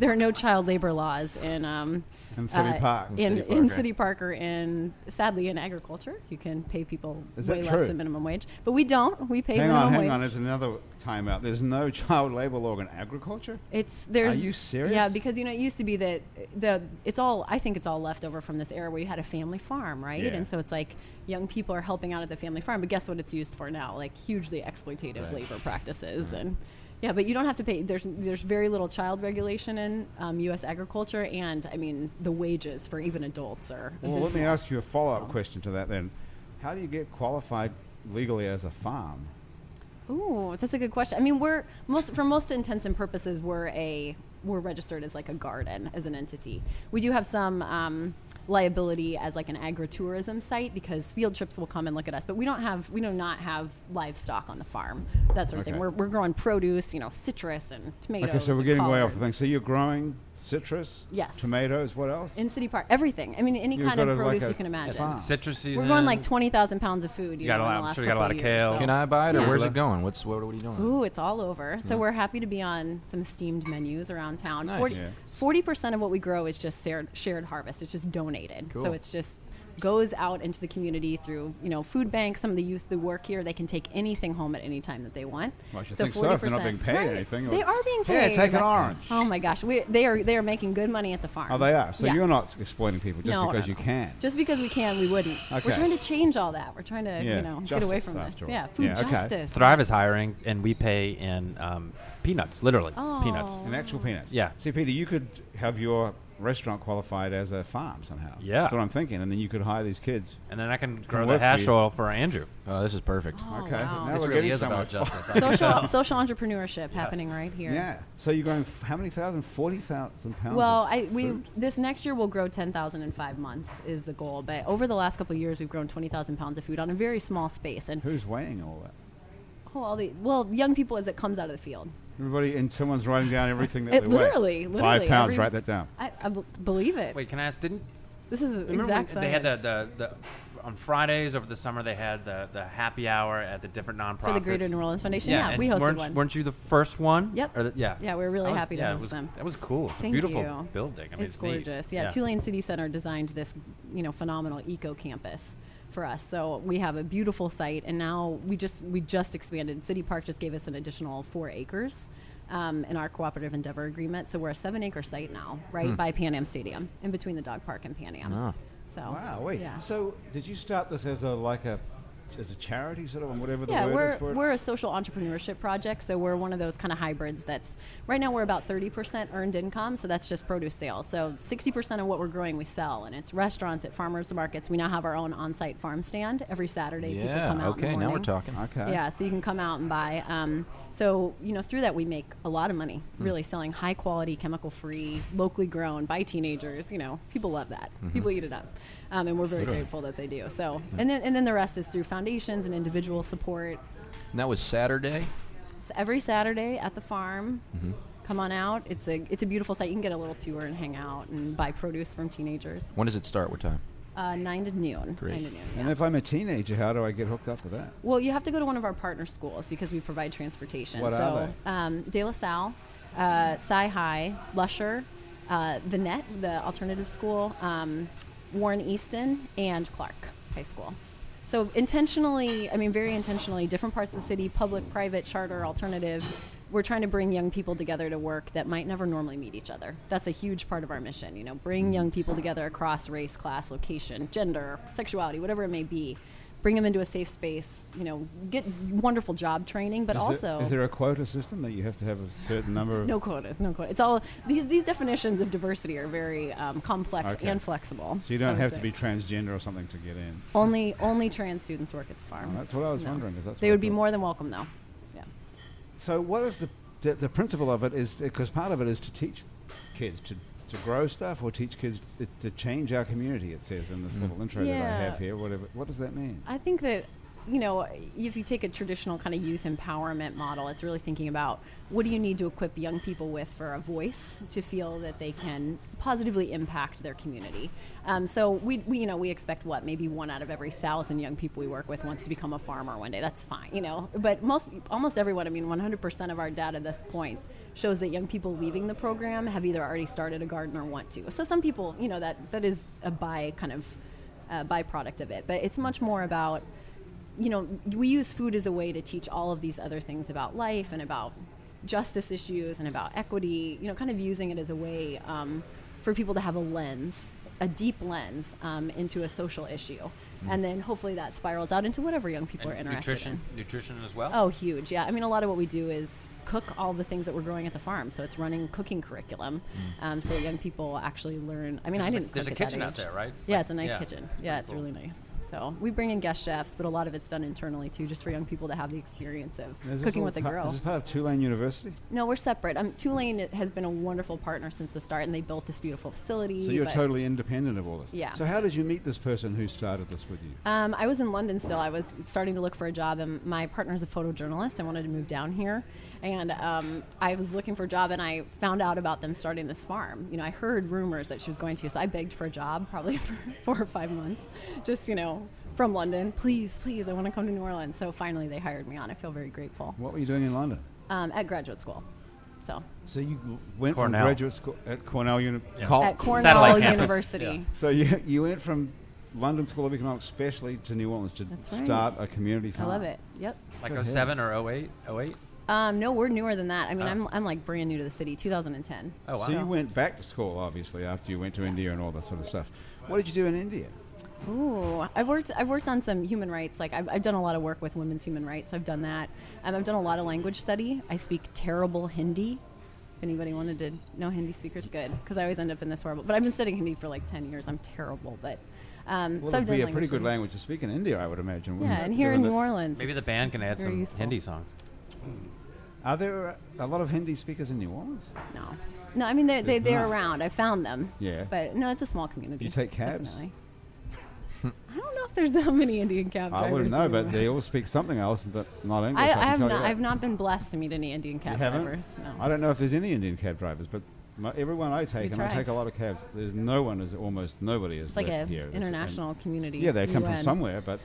D: there are no child labor laws in um,
A: In City Park.
D: In, in,
A: In
F: City Park, right.
D: City Park or in sadly in agriculture, you can pay people
A: Is
D: way
A: that
D: less
A: true?
D: than minimum wage. But we don't. We pay
A: hang
D: minimum
A: on, hang
D: wage.
A: on. There's another timeout. There's no child labor law in agriculture.
D: It's there's.
A: you serious?
D: Yeah, because you know it used to be that the it's all I think it's all left over from this era where you had a family farm, right?
A: Yeah.
D: And so it's like young people are helping out at the family farm, but guess what? It's used for now, like hugely exploitative labor practices and. Yeah, but you don't have to pay. There's there's very little child regulation in um, U.S. agriculture, and I mean the wages for even adults are.
A: Well, let me
D: abysmal.
A: ask you a follow-up question to that then. How do you get qualified legally as a farm?
D: Ooh, that's a good question. I mean, we're most for most intents and purposes, we're a we're registered as like a garden as an entity. We do have some um, liability as like an agritourism site because field trips will come and look at us, but we don't have we do not have livestock on the farm. That sort of
A: Okay.
D: thing. We're, we're growing produce, you know, citrus and tomatoes.
A: Okay, so we're
D: and
A: getting way off the
D: collards.
A: thing. So you're growing citrus,
D: Yes.
A: tomatoes. What else?
D: In City Park, everything. I mean, any
A: You've
D: kind
A: got
D: of
A: a- like
D: produce
A: a
D: you can imagine.
A: farm.
C: Citrus season.
D: We're growing like twenty thousand pounds of food. You
C: got a
D: know, in
C: lot-
D: the
C: I'm
D: last
C: sure you got a
D: couple
C: lot of
D: years,
C: kale.
D: so-
F: Can I buy it, or
D: Yeah.
F: where's it going? What's what are we doing?
D: Ooh, it's all over. So we're happy to be on some steamed menus around town.
F: Nice.
A: Yeah.
D: 40, percent of what we grow is just shared, shared harvest. It's just donated. So
F: Cool.
D: it's just goes out into the community through, you know, food banks. Some of the youth who work here, they can take anything home at any time that they want.
A: Well, I should think so, if they're not being paid
D: Right.
A: anything,
D: They
A: or-
D: are being
A: Yeah,
D: paid.
A: take an
D: but-
A: orange.
D: Oh my gosh, we, they are they are making good money at the farm.
A: Oh, they are. So
D: Yeah.
A: you're not exploiting people just
D: No, no,
A: because you
D: no.
A: can.
D: Just because we can, we wouldn't. We're
A: Okay.
D: trying to change all that. We're trying to,
A: Yeah,
D: you know, get away
A: justice
D: from this.
A: after all.
D: Yeah, food
A: Yeah, okay.
D: justice.
C: Thrive is hiring, and we pay in um, peanuts, literally peanuts.
D: Oh.
A: In actual peanuts.
C: Yeah.
A: See, Peter, you could have your restaurant qualified as a farm somehow.
C: Yeah.
A: That's what I'm thinking. And then you could hire these kids.
C: And then I can grow the
A: work for
C: hash
A: you.
C: oil for Andrew.
F: Oh, this is perfect.
D: Oh,
A: okay.
D: wow.
A: Now
E: This
A: we're
E: really
A: getting
E: is
A: somewhere.
E: about justice. I think.
D: Social, social entrepreneurship happening right here.
A: Yeah. So you're going f- how many thousand? Forty thousand pounds.
D: Well,
A: of
D: I, we
A: food?
D: this next year we'll grow 10,000 in five months is the goal. But over the last couple of years, we've grown 20,000 pounds of food on a very small space. And
A: Who's weighing all that?
D: oh, all the well, young people as it comes out of the field.
A: Everybody and someone's writing down everything that
D: It
A: they
D: literally,
A: weigh.
D: literally,
A: Five pounds.
D: every-
A: Write that down.
D: I, I b- believe it.
C: Wait, can I ask? Didn't
D: this is the
C: remember
D: exact
C: when they had
D: science.
C: the, the the on Fridays over the summer they had the the happy hour at the different nonprofits
D: for the Greater New Orleans Foundation.
C: Yeah,
D: Yeah,
C: and
D: we hosted
C: weren't,
D: one.
C: Weren't you the first one?
D: Yep.
C: Or the, yeah.
D: Yeah, we were really
C: I was-
D: happy to
C: yeah, it
D: host
C: was,
D: them.
C: That was cool. It's
D: Thank
C: a beautiful
D: you.
C: building. I mean,
D: it's,
C: it's, neat.
D: gorgeous. Yeah, Tulane City Center designed this, you know, phenomenal eco campus for us. So we have a beautiful site, and now we just we just expanded. City Park just gave us an additional four acres um, in our cooperative endeavor agreement. So we're a seven acre site now, right
C: Hmm.
D: by Pan Am Stadium, in between the dog park and Pan Am.
F: Ah.
D: So
A: Wow. Wait.
D: yeah.
A: So did you start this as a like a as a charity sort of, and whatever the
D: yeah,
A: word
D: we're,
A: is for it?
D: we're a social entrepreneurship project, so we're one of those kind of hybrids that's right now we're about 30% earned income, so that's just produce sales. So 60% of what we're growing we sell, and it's restaurants, at farmers markets. We now have our own on site farm stand every Saturday. people
F: Yeah.
D: come out in the
F: Okay. Now we're
D: morning.
F: talking.
A: okay.
D: Yeah, so you can come out and buy. Um, so you know, through that we make a lot of money, really selling high quality, chemical free, locally grown by teenagers. You know, people love that. People eat it up, um, and we're very grateful that they do. So, and then and then the rest is through foundations and individual support.
F: And that was Saturday.
D: It's every Saturday at the farm.
C: Mm-hmm.
D: Come on out. It's a it's a beautiful site. You can get a little tour and hang out and buy produce from teenagers.
F: When does it start? What time?
D: Uh, nine to noon.
F: Great.
D: Nine to noon.
A: And
D: yeah.
A: if I'm a teenager, how do I get hooked up with that?
D: Well, you have to go to one of our partner schools because we provide transportation.
A: What
D: so,
A: are
D: Um, De La Salle, uh, Sci High, Lusher, uh, the Net, the alternative school, um, Warren Easton, and Clark High School. So intentionally, I mean, very intentionally, different parts of the city, public, private, charter, alternative. We're trying to bring young people together to work that might never normally meet each other. That's a huge part of our mission, you know, bring
A: Mm-hmm.
D: young people together across race, class, location, gender, sexuality, whatever it may be bring them into a safe space. You know, get wonderful job training, but
A: Is there-
D: also
A: is there a quota system that you have to have a certain number of?
D: no quotas, no quotas. It's all these, these definitions of diversity are very um, complex
A: Okay.
D: and flexible.
A: So you
D: I
A: don't
D: would
A: have
D: say.
A: to be transgender or something to get in.
D: only only trans students work at the farm.
A: Well, that's what I was
D: No.
A: wondering. 'cause that's
D: They
A: what I
D: would be
A: thought.
D: more than welcome though. Yeah.
A: So what is the the, the principle of it is because part of it is to teach kids to. To grow stuff or teach kids t- to change our community, it says in this little intro that I
D: Yeah.
A: have here. Whatever, what does that mean?
D: I think that you know if you take a traditional kind of youth empowerment model, it's really thinking about what do you need to equip young people with for a voice to feel that they can positively impact their community. Um, so we, we you know we expect what maybe one out of every thousand young people we work with wants to become a farmer one day. That's fine, you know. But most almost everyone, I mean, 100% of our data at this point shows that young people leaving the program have either already started a garden or want to. So some people, you know, that that is a by kind of uh, byproduct of it. But it's much more about, you know, we use food as a way to teach all of these other things about life and about justice issues and about equity, you know, kind of using it as a way um, for people to have a lens, a deep lens um, into a social issue. And then hopefully that spirals out into whatever young people are
C: Mm-hmm. And
D: interested in.
C: nutrition, nutrition as well.
D: Oh, huge. Yeah. I mean, a lot of what we do is cook all the things that we're growing at the farm. So it's running cooking curriculum um, so that young people actually learn. I mean, I
C: Mm. There's a-
D: didn't. cook
C: there's a
D: at that
C: kitchen out
D: age.
C: there, right?
D: Yeah,
C: Like,
D: it's a nice
C: yeah,
D: kitchen.
C: it's
D: Yeah,
C: pretty
D: it's
C: cool.
D: really nice. So we bring in guest chefs, but a lot of it's done internally too, just for young people to have the experience of
A: Is this
D: cooking
A: all
D: with a
A: part-
D: girl.
A: Is this part of Tulane University?
D: No, we're separate. Um, Tulane has been a wonderful partner since the start, and they built this beautiful facility.
A: So you're
D: but-
A: totally independent of all this.
D: Yeah.
A: So how did you meet this person who started this with you?
D: Um, I was in London still. I was starting to look for a job, and my partner's a photojournalist. I wanted to move down here, and um, I was looking for a job, and I found out about them starting this farm. You know, I heard rumors that she was going to, so I begged for a job probably for four or five months, just you know, from London. Please, please, I want to come to New Orleans. So finally, they hired me on. I feel very grateful
A: What were you doing in London?
D: um, at graduate school. So
A: So you w- went
C: Cornell.
A: from graduate school at Cornell Uni-
C: Yeah.
A: Col-
D: at Cornell
C: satellite campus.
D: University.
C: Yeah.
A: So you you went from London School of Economics, especially to New Orleans to
D: That's right.
A: start a community
D: I
A: farm.
D: love it. Yep.
C: like 07 or 08, 08?
D: Um, no, we're newer than that. I mean,
C: Oh.
D: I'm, I'm like brand new to the city, 2010.
C: Oh wow.
A: So you went back to school, obviously, after you went to India and all that sort of stuff. What did you do in India?
D: Ooh, I've worked. I've worked on some human rights. Like I've, I've done a lot of work with women's human rights. I've done that. Um, I've done a lot of language study. I speak terrible Hindi. anybody wanted to know Hindi speakers, good, because I always end up in this horrible. But I've been studying Hindi for like ten years. I'm terrible, but um,
A: Well,
D: so I've
A: it'd be a
D: done
A: pretty good
D: learning.
A: language to speak in India, I would imagine. wouldn't
D: Yeah,
A: it?
D: and here
A: Given
D: in
A: that- Hmm.
D: New Orleans,
C: Maybe the
D: it's
C: band can add
D: very
C: some
D: useful.
C: Hindi songs.
A: Are there a lot of Hindi speakers in New Orleans?
D: No, no, I mean they're they,
A: There's
D: they're
A: not.
D: around. I found them.
A: Yeah.
D: but no, it's a small community.
A: You take cabs?
D: definitely. I don't know if there's that many Indian cab drivers.
A: I wouldn't know, but
D: anymore.
A: they all speak something else that not English.
D: I,
A: can
D: I have
A: tell
D: not.
A: you that.
D: I've not been blessed to meet any Indian
A: You
D: cab
A: haven't?
D: drivers. No.
A: I don't know if there's any Indian cab drivers, but my, everyone I take, and I
D: tried.
A: take a lot of cabs, there's no one is almost nobody is
D: It's like
A: left
D: a
A: here. It's- and-
D: international community.
A: Yeah, they come from
D: UN.
A: somewhere, but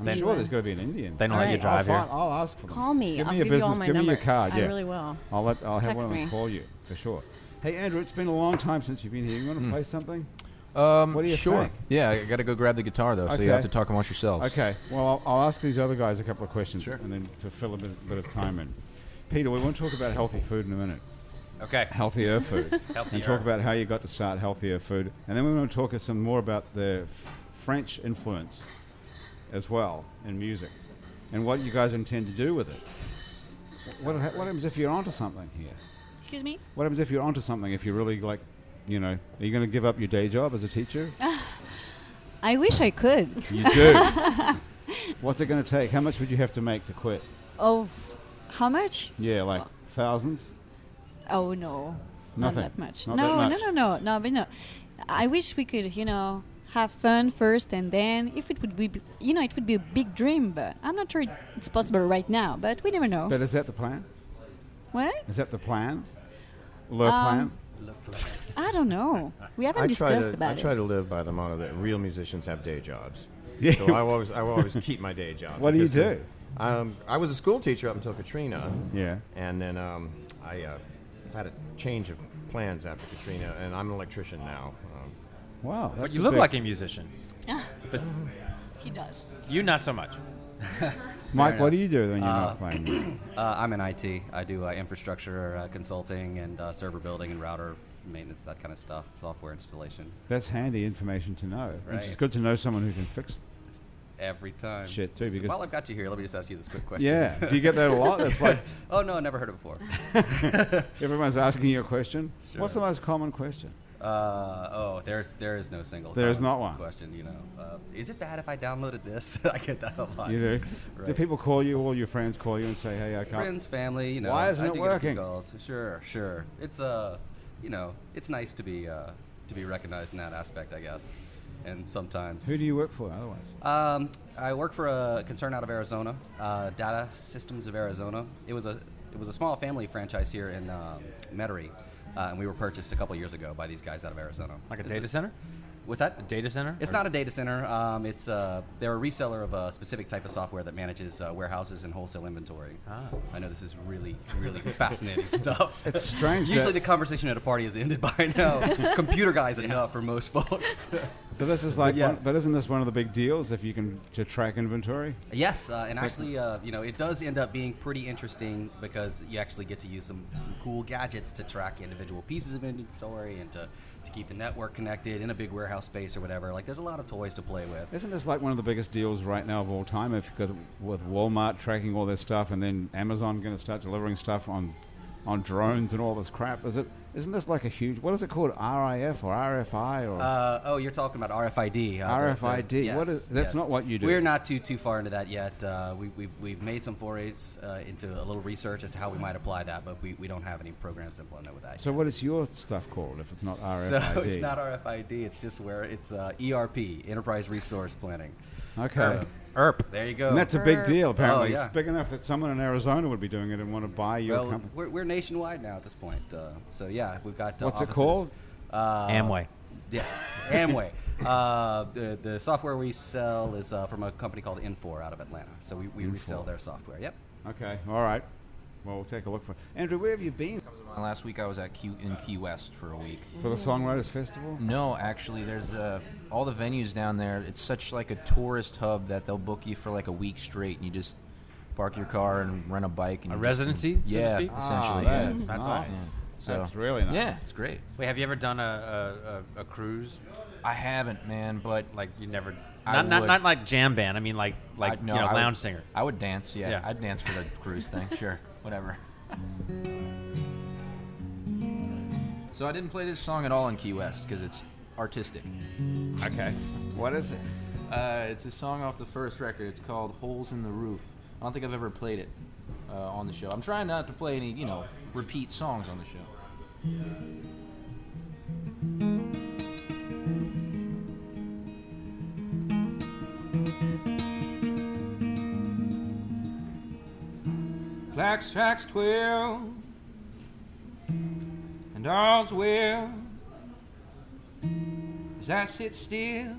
A: I'm
C: Then-
A: sure there's got to be an Indian.
C: They don't
D: let you
A: I'll
C: drive here.
A: find- I'll ask for them.
D: Call me.
A: Give
D: I'll
A: me your
D: give you all
A: business.
D: my
A: give me your
D: number.
A: card.
D: I
A: yeah.
D: really will.
A: I'll let. I'll have
D: Text
A: one of them
D: me.
A: call you for sure. Hey Andrew, it's been a long time since you've been here. You want
C: Hmm.
A: to play something?
F: Um,
A: What do you
F: sure.
A: think?
F: Yeah, I got to go grab the guitar though, so
A: Okay.
F: you have to talk amongst yourselves.
A: Okay. Well, I'll, I'll ask these other guys a couple of questions,
F: Sure.
A: and then to fill a bit, bit of time in. Peter, we want to talk about healthy food in a minute.
C: Okay.
A: Healthier food. and
C: Healthier.
A: talk about how you got to start healthier food, and then we want to talk some more about the f- French influence as well in music, and what you guys intend to do with it. What, ha- what happens if you're onto something here?
G: Excuse me?
A: What happens if you're onto something? If you're really like, you know, are you going to give up your day job as a teacher?
G: I wish I could.
A: you do. What's it going to take? How much would you have to make to quit?
G: Of how much?
A: Yeah, like thousands.
G: Oh no,
A: Nothing.
G: not that much.
A: Not
G: no,
A: that
G: no, no, no, no, but no. I wish we could, you know, have fun first, and then if it would be, you know, it would be a big dream. But I'm not sure it's possible right now. But we never know.
A: But is that the plan?
G: what?
A: Is that the plan? Le plan?
G: Um, I don't know. We haven't
B: I try,
G: discussed
B: to, I
G: about
B: try
G: it.
B: to live by the motto that real musicians have day jobs.
A: Yeah.
B: So I will always, I will always keep my day job.
A: What do you
B: because, uh,
A: do?
B: Um, I was a school teacher up until Katrina.
A: Yeah.
B: And then um, I uh, had a change of plans after Katrina, and I'm an electrician now. Um,
A: Wow.
C: But
A: that's
C: you
A: a
C: look
A: big-
C: like a musician.
D: Ah.
C: But
G: He does.
C: you not so much.
A: Mike.
E: Fair
A: What
E: enough.
A: do you do when you're not playing? music?
E: Uh, I'm in IT. I do uh, infrastructure uh, consulting and uh, server building and router maintenance, that kind of stuff, software installation.
A: That's handy information to know. Which is
E: Right.
A: good to know someone who can fix.
E: Every time.
A: Shit, too,
E: So
A: because-
E: while I've got you here, let me just ask you this quick question.
A: Yeah. do you get that a lot? It's like
E: oh no, I never heard it before.
A: everyone's asking you a question. What's the
E: Sure.
A: most common question?
E: Uh, oh, there's there is no single.
A: There is
E: common
A: not one.
E: question. You know, uh, is it bad if I downloaded this? I get that a lot.
A: You do. Do
E: Right.
A: people call you? All your friends call you and say, "Hey, I can't."
E: friends, family, you know.
A: Why isn't
E: I
A: it
E: do get a few
A: working?
E: Calls. Sure, sure. It's uh, you know, it's nice to be uh, to be recognized in that aspect, I guess. And sometimes
A: Who do you work for? Otherwise,
E: Um, I work for a concern out of Arizona, uh, Data Systems of Arizona. It was a it was a small family franchise here in um, Metairie, uh, and we were purchased a couple years ago by these guys out of Arizona.
C: Like a
E: It's
C: data
E: just-
C: center?
E: What's that?
C: A data center?
E: It's
C: Or-
E: not a data center. Um, it's uh, they're a reseller of a specific type of software that manages uh, warehouses and wholesale inventory.
C: Ah.
E: I know this is really, really fascinating stuff.
A: it's strange.
E: Usually, the
A: that,
E: conversation at a party is ended by now. Computer guy's enough for most folks.
A: so this is like.
E: yeah.
A: One, but isn't this one of the big deals? If you can to track inventory.
E: Yes, uh, and actually, uh, you know, it does end up being pretty interesting because you actually get to use some, some cool gadgets to track individual pieces of inventory and to, to keep the network connected in a big warehouse space or whatever. Like, there's a lot of toys to play with.
A: Isn't this like one of the biggest deals right now of all time? If because with Walmart tracking all their stuff, and then Amazon going to start delivering stuff on on drones and all this crap, is it? Isn't this like a huge? What is it called? RIF or RFI or?
E: Uh, oh, you're talking about RFID. uh, the- the-
A: RFID. What is- that's not what you do.
E: We're not too too far into that yet. Uh, we, we've, we've made some forays uh, into a little research as to how we might apply that, but we, we don't have any programs implemented with that.
A: so
E: yet.
A: what is your stuff called if it's not RFID?
E: So it's not RFID. It's just where it's uh, ERP, Enterprise Resource Planning.
A: okay.
C: ERP.
E: There you go. Oh,
A: and that's a big deal. Apparently,
E: yeah.
A: it's big enough that someone in Arizona would be doing it and want to buy your
E: well,
A: company.
E: we're, we're nationwide now at this point. Uh, so yeah, we've got. Uh,
A: What's it
E: offices.
A: called?
E: Uh,
C: Amway.
E: Yes, Amway. Uh, the, the software we sell is uh, from a company called Infor out of Atlanta. So we, we resell their software. Yep.
A: Okay. All right. Well, we'll take a look for Andrew. Where have you been
F: Last week I was at Q in Key West for a week.
A: for the Songwriters Festival?
F: No, actually, there's uh, all the venues down there. It's such like a tourist hub that they'll book you for like a week straight, and you just park your car and rent a bike and
C: A
F: you just-
C: residency, so to
F: yeah,
C: speak?
A: Ah,
F: essentially. yeah.
A: that's
C: That's
A: nice.
C: awesome.
F: So-
A: That's really nice.
F: Yeah, it's great.
C: Wait, have you ever done a, a, a, a cruise?
F: I haven't, man, but
C: Like you never
F: I
C: not not,
F: would.
C: not like jam band, I mean like like
F: I, no,
C: you know,
F: I would-
C: lounge singer.
F: I would dance. Yeah,
C: Yeah.
F: I'd dance for the cruise thing. Sure, whatever.
I: So I didn't play this song at all in Key West because it's artistic.
A: Okay. What is it?
I: Uh, it's a song off the first record. It's called "Holes in the Roof." I don't think I've ever played it uh, on the show. I'm trying not to play any, you know, repeat songs on the show. Clock strikes twelve, and all's well. As I sit still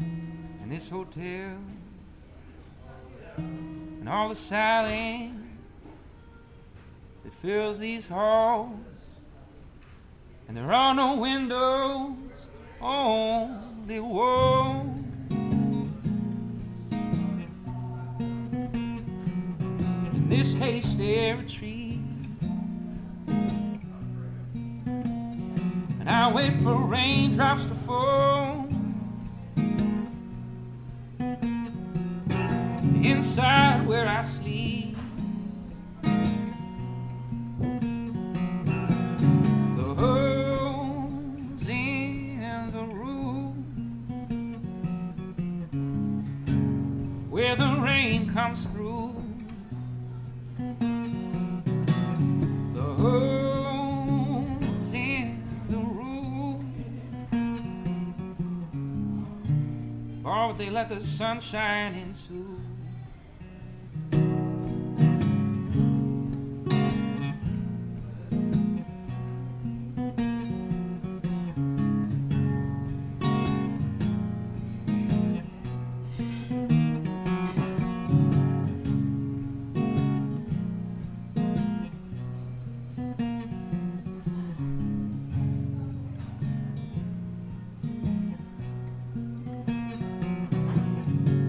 I: in this hotel, and all the silence that fills these halls, and there are no windows, only walls. in this hasty retreat. And I wait for raindrops to fall. Inside where I sleep, the holes in the roof where the rain comes through. The holes in the roof. Or would they let the sunshine into?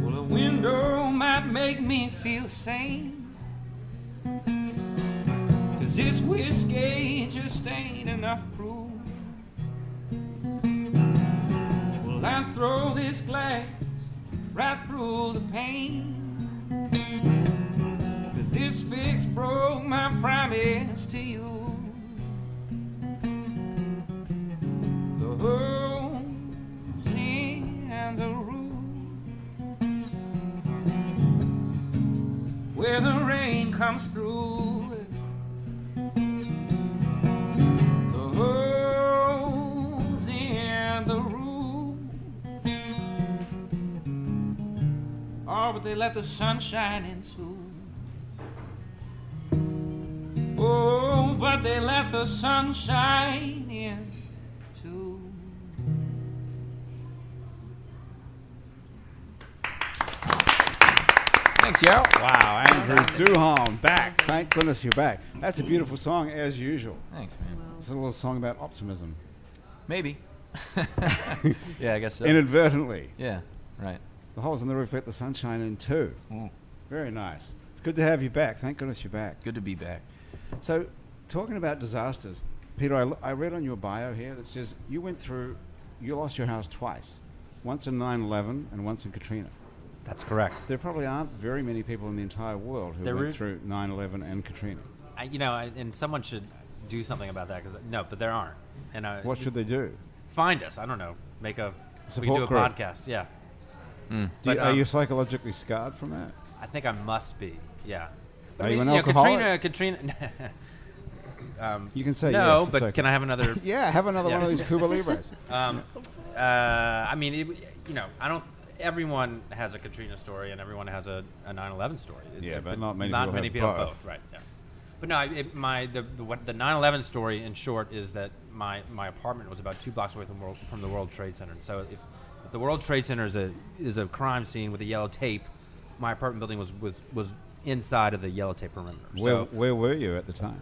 I: Well, a window might make me feel sane. Cause this whiskey just ain't enough proof. Well, I throw this glass right through the pane. Cause this fix broke my promise to you. The holes in the roof where the rain comes through. The holes in the roof. Or would Oh, they let the sunshine into? Oh, but they let the sunshine in too. Thanks, y'all.
A: Wow, Andrew Duhon back. Thank goodness you're back. That's a beautiful song, as usual.
I: Thanks, man.
A: It's a little song about optimism,
I: Maybe. yeah, I guess so.
A: inadvertently.
I: yeah, right.
A: The holes in the roof let the sunshine in too.
C: Mm.
A: Very nice. It's good to have you back. Thank goodness you're back.
I: Good to be back.
A: So, talking about disasters, Peter, I, l- I read on your bio here that says you went through, you lost your house twice, once in 9 11 and once in Katrina.
C: That's correct.
A: There probably aren't very many people in the entire world who
C: There
A: went
C: is-
A: through 9 11 and Katrina.
C: I, you know, I, and someone should do something about that because no, but there aren't. And uh,
A: What should they do?
C: find us? I don't know. Make a we can
A: Support
C: do a
A: group.
C: podcast. Yeah,
A: Do you,
C: But,
A: are
C: um,
A: you psychologically scarred from that?
C: I think I must be. Yeah. But
A: Are
C: I
A: you
C: mean,
A: an
C: know,
A: alcoholic?
C: Katrina, Katrina. um,
A: You can say
C: no,
A: yes. it's
C: but
A: okay.
C: can I have another?
A: Yeah, have another
C: Yeah.
A: one of these Cuba Libres.
C: um, uh, I mean, it, you know, I don't. Everyone has a Katrina story, and everyone has a, a 9/11 story. It-
A: Yeah,
C: it-
A: but not many people have both.
C: Right. Yeah. But no, I- it, my the, the what the 9/11 story in short is that my my apartment was about two blocks away from world, from the World Trade Center. So if, if the World Trade Center is a is a crime scene with a yellow tape, my apartment building was was, was inside of the yellow tape perimeter.
A: where,
C: so
A: where were you at the time?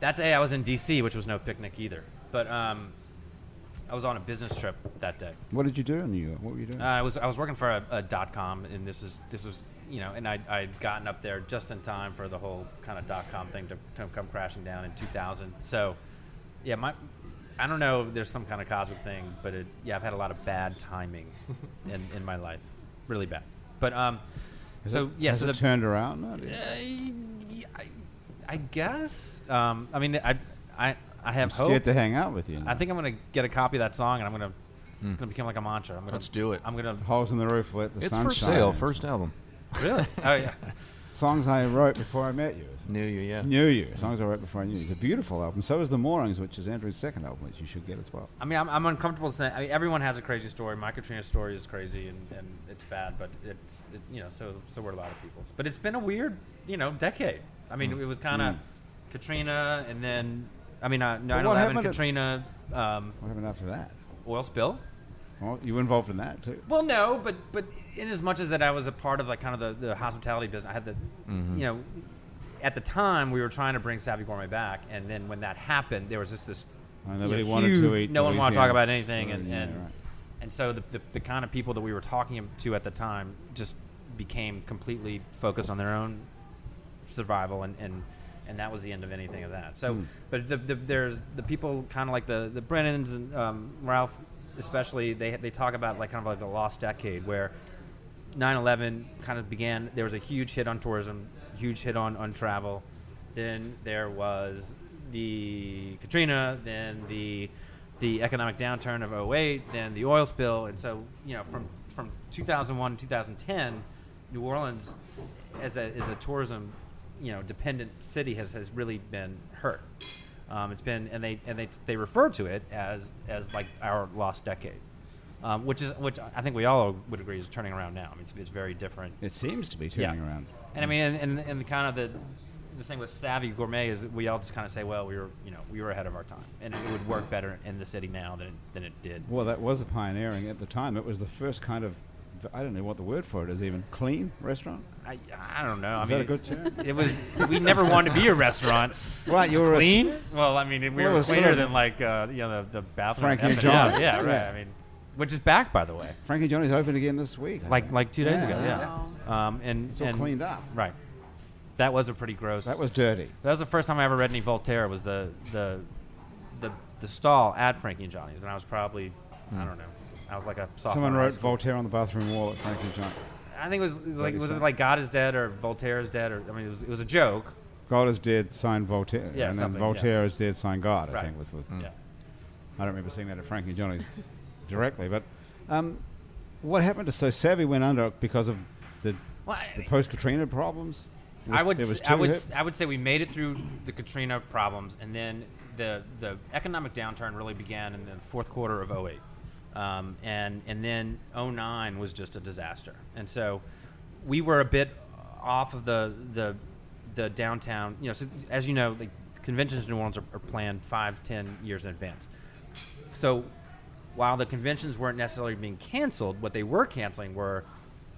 C: that day I was in D.C., which was no picnic either. But um, I was on a business trip that day.
A: What did you do in New York? What were you doing?
C: Uh, I was I was working for a, a dot com, and this is this was you know, and I I'd gotten up there just in time for the whole kind of dot com thing to, to come crashing down in 2000. So, yeah, my I don't know. if There's some kind of cosmic thing, but it, yeah, I've had a lot of bad timing in, in my life, really bad. But um,
A: Has
C: so
A: it,
C: yeah,
A: has
C: so
A: it
C: the
A: turned
C: Uh,
A: around? No, it is.
C: I, I guess. Um, I mean, I, I, I
A: I'm
C: have hope.
A: scared to hang out with you.
C: I
A: Now.
C: think I'm gonna get a copy of that song, and I'm gonna it's gonna become like a mantra. I'm gonna,
F: Hmm. Let's do it.
C: I'm gonna
A: Holes in the roof, let the
F: it's
A: sun
F: for
A: shine.
F: sale. First album.
C: really. oh, yeah.
A: Songs I wrote before I met you.
F: Knew you, yeah.
A: Knew you. Songs I wrote before I knew you. It's a beautiful album. So is The Moorings, which is Andrew's second album, which you should get as well.
C: I mean, I'm, I'm uncomfortable saying. I mean, everyone has a crazy story. My Katrina story is crazy, and, and it's bad, but it's it, you know, so so were a lot of people's. But it's been a weird, you know, decade. I mean,
F: Hmm.
C: it was kind of Katrina, and then I mean, uh,
A: Hmm. But
C: no,
A: what
C: I
A: happened
C: do
A: to-
C: Katrina um,
A: What happened after that?
C: oil spill.
A: Well, you were involved in that too.
C: Well, no, but but in as much as that I was a part of like kind of the, the hospitality business, I had the,
A: Mm-hmm.
C: you know, at the time we were trying to bring Savvy Gourmet back, and then when that happened, there was just this.
A: And
C: you
A: nobody
C: know,
A: wanted to
C: huge-
A: eat
C: No one wanted to
A: Louisiana
C: talk about anything, and
A: food, yeah,
C: and,
A: right.
C: and so the, the the kind of people that we were talking to at the time just became completely focused on their own survival and. and and that was the end of anything of that. So, but the, the, there's the people kind of like the the Brennans and um, Ralph, especially they they talk about like kind of like the lost decade where 9-11 kind of began there was a huge hit on tourism huge hit on, on travel then there was the katrina then the the economic downturn of 08 then the oil spill and so you know from from 2001 to 2010 new orleans as a as a tourism you know dependent city has has really been hurt um, it's been and they and they they refer to it as as like our lost decade um, which is which I think we all would agree is turning around now. I mean, it's, it's very different.
A: It seems to be turning
C: Yeah.
A: around.
C: And I mean, and, and, and the kind of the the thing with savvy gourmet is that we all just kind of say, well, we were you know we were ahead of our time, and it would work better in the city now than it, than it did.
A: Well, that was a pioneering at the time. It was the first kind of, I don't know what the word for it is even, clean restaurant?
C: I, I don't know.
A: Is that
C: I
A: a
C: mean,
A: good term?
C: It was we never wanted to be a restaurant.
A: Right, you were a
C: clean. well, I mean, we
A: Well, it
C: were
A: was sort
C: cleaner
A: of-
C: than like uh, you know the, the bathroom.
A: Frankie and
C: Yeah,
A: John.
C: Yeah, right.
A: Yeah.
C: I mean, which is back by the way,
A: Frankie Johnny's open again this week. I
C: like
A: think.
C: like two days
A: Yeah,
C: ago.
A: yeah.
C: Yeah. Um, and
A: It's all
C: and-
A: cleaned up.
C: Right. That was a pretty gross.
A: That was dirty.
C: That was the first time I ever read any Voltaire. Was the the the, the stall at Frankie and Johnny's, and I was probably I don't know. I was like a sophomore.
A: Hmm. Someone
C: in high
A: wrote
C: school.
A: Voltaire on the bathroom wall at Frankie Johnny.
C: I think it was, it was
A: that
C: like
A: your
C: was it
A: sign?
C: like God is dead or Voltaire is dead or I mean it was it was a joke.
A: God is dead, sign Voltaire.
C: Yeah,
A: and then
C: something,
A: Voltaire is dead, sign God, I
C: Right.
A: think was the.
C: Yeah.
A: I don't remember seeing that at Frankie Johnny's directly, but um, what happened to So Savvy went under because of the,
C: Well, I-
A: the post Katrina problems? It was-
C: I
A: it
C: would
A: was
C: s- I
A: too
C: would
A: hip?
C: s- I would say we made it through the Katrina problems, and then the the economic downturn really began in the fourth quarter of 08. Um, and and then 09 was just a disaster, and so we were a bit off of the the the downtown. You know, so as you know, like conventions in New Orleans are, are planned five ten years in advance. So while the conventions weren't necessarily being canceled, what they were canceling were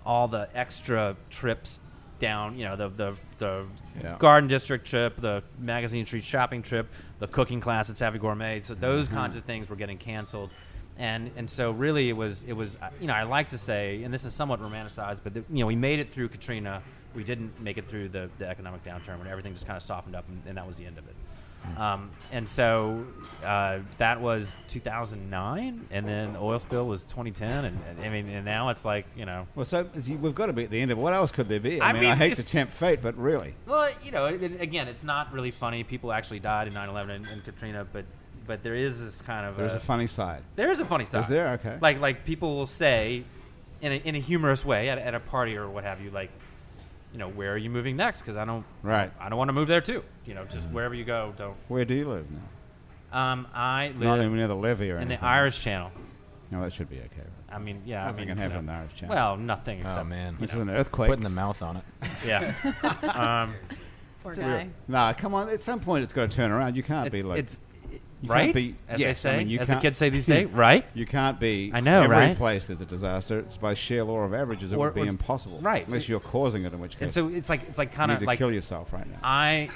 C: all the extra trips down, you know, the the, the
A: Yeah.
C: garden district trip, the magazine street shopping trip, the cooking class at Savvy Gourmet. So those kinds of things were getting canceled. And, and so really it was it was uh, you know I like to say and this is somewhat romanticized but the, you know we made it through Katrina we didn't make it through the, the economic downturn when everything just kind of softened up and, and that was the end of it um, and so uh, that was 2009, and then the oil spill was 2010, and, and I mean, and now it's like you know,
A: Well, so is you- we've got to be at the end of it. What else could there be? I,
C: I
A: mean,
C: mean,
A: I hate to
C: if-
A: tempt fate, but really,
C: well, you know, it, it- again, it's not really funny. People actually died in 9/11 and, and Katrina, but but there is this kind of
A: there's
C: uh,
A: a funny side.
C: there is a funny side.
A: there? Okay.
C: Like like people will say, in a, in a humorous way at, at a party or what have you, like, you know, where are you moving next? Because I don't
A: Right. Mm.
C: I don't want to move there too. You know, just wherever you go, don't.
A: Where do you live now?
C: Um, I
A: Not
C: live
A: even near the levee or
C: in
A: anything.
C: the Irish Channel.
A: No, that should be okay. right?
C: I mean, yeah.
A: Nothing
C: I mean,
A: can
C: you
A: happen
C: know.
A: in the Irish Channel.
C: Well, nothing except
F: Oh man,
A: This is an earthquake.
F: putting the mouth on it.
C: yeah. um,
D: Poor guy.
A: Nah, come on. At some point, it's got to turn around. You can't
C: it's,
A: be like
C: it's-
A: you
C: right.
A: Can't be,
C: as
A: yes,
C: they say,
A: I mean, you
C: as the
A: can't,
C: kids say these days, right?
A: You can't be.
C: I know,
A: every
C: right?
A: place there's a disaster. It's by sheer law of averages, it
C: Or-
A: would be
C: or-
A: impossible,
C: right.
A: Unless you're causing it, in which case
C: And so it's like it's like
A: you
C: kind
A: need
C: of
A: to
C: like
A: kill yourself right now.
C: I,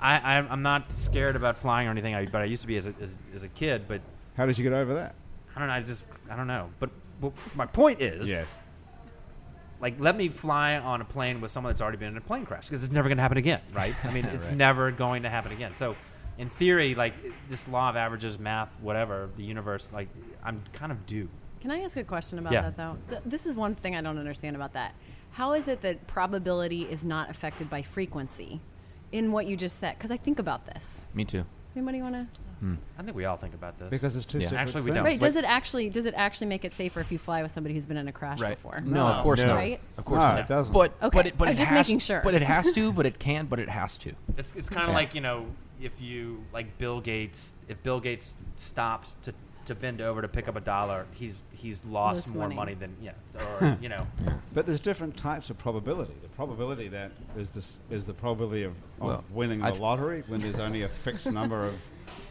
C: I, I'm- I'm not scared about flying or anything. I, but I used to be as a, as, as a kid. But
A: How did you get over that?
C: I don't know. I just I don't know. But, but my point is, like let me fly on a plane with someone that's already been in a plane crash because it's never going to happen again right i mean it's never going to happen again so in theory like this law of averages math whatever the universe like i'm kind of due
D: Can I ask a question about
C: Yeah.
D: that though? Th- this is one thing I don't understand about that. How is it that probability is not affected by frequency in what you just said? Because I think about this.
F: Me too.
D: Anybody want to?
C: I think we all think about this.
A: Because it's two
F: Yeah.
A: separate
C: Actually, we
A: things.
C: don't.
D: Right? Does it actually does it actually make it safer if you fly with somebody who's been in a crash
F: Right.
D: before?
F: No, of course
A: No.
F: not.
D: Right?
F: Of course
A: No,
F: not.
A: it doesn't.
F: But but
D: Okay.
F: it, but
D: I'm
F: it
D: just
F: has,
D: making sure.
F: But it has to. But it can. But it has to.
C: It's it's kind of
F: Yeah.
C: like you know if you like Bill Gates if Bill Gates stops to to bend over to pick up a dollar he's he's lost
D: Less
C: more
D: money.
C: money. than yeah or you know
A: But there's different types of probability. The probability that is this is the probability of, of
F: Well,
A: winning
F: I've-
A: the lottery when there's only a fixed number of,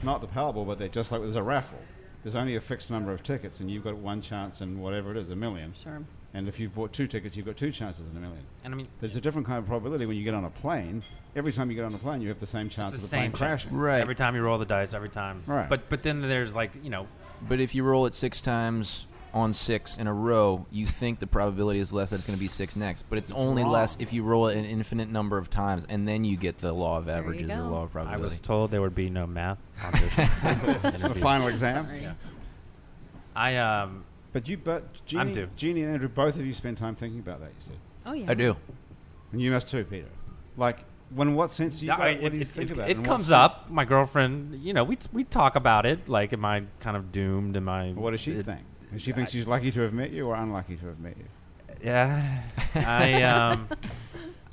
A: not the Powerball, but they're just like there's a raffle. There's only a fixed number of tickets, and you've got one chance in whatever it is, a million.
D: Sure.
A: And if you've bought two tickets, you've got two chances in a million.
C: and I mean
A: There's a different kind of probability when you get on a plane. Every time you get on a plane, you have the same chance
C: the
A: of the plane
C: same chance.
A: crashing.
F: Right.
C: every time you roll the dice every time
A: Right.
C: but but then there's like you know
F: But if you roll it six times on six in a row, you think the probability is less that it's going to be six next. But it's only less if you roll it an infinite number of times, and then you get the law of
D: you
F: averages or
D: go.
F: law of
C: I
F: probability.
C: was told there would be no math on this.
A: The
C: interview.
A: final exam.
D: Sorry.
C: I um
A: But you, but Jeannie,
C: I'm due.
A: Jeannie and Andrew, both of you spend time thinking about that. You said,
D: Oh yeah.
F: I do.
A: and you must too, Peter. Like, when what sense do you?
C: Yeah,
A: got-
C: I-
A: what do you
C: it,
A: think
C: it-
A: about?
C: it
A: and what
C: comes
A: sen-
C: up. My girlfriend, you know, we t- we talk about it. Like, am I kind of doomed? Am I?
A: What does she
C: it-
A: think? Does she think she's lucky to have met you or unlucky to have met you?
C: Yeah, I um,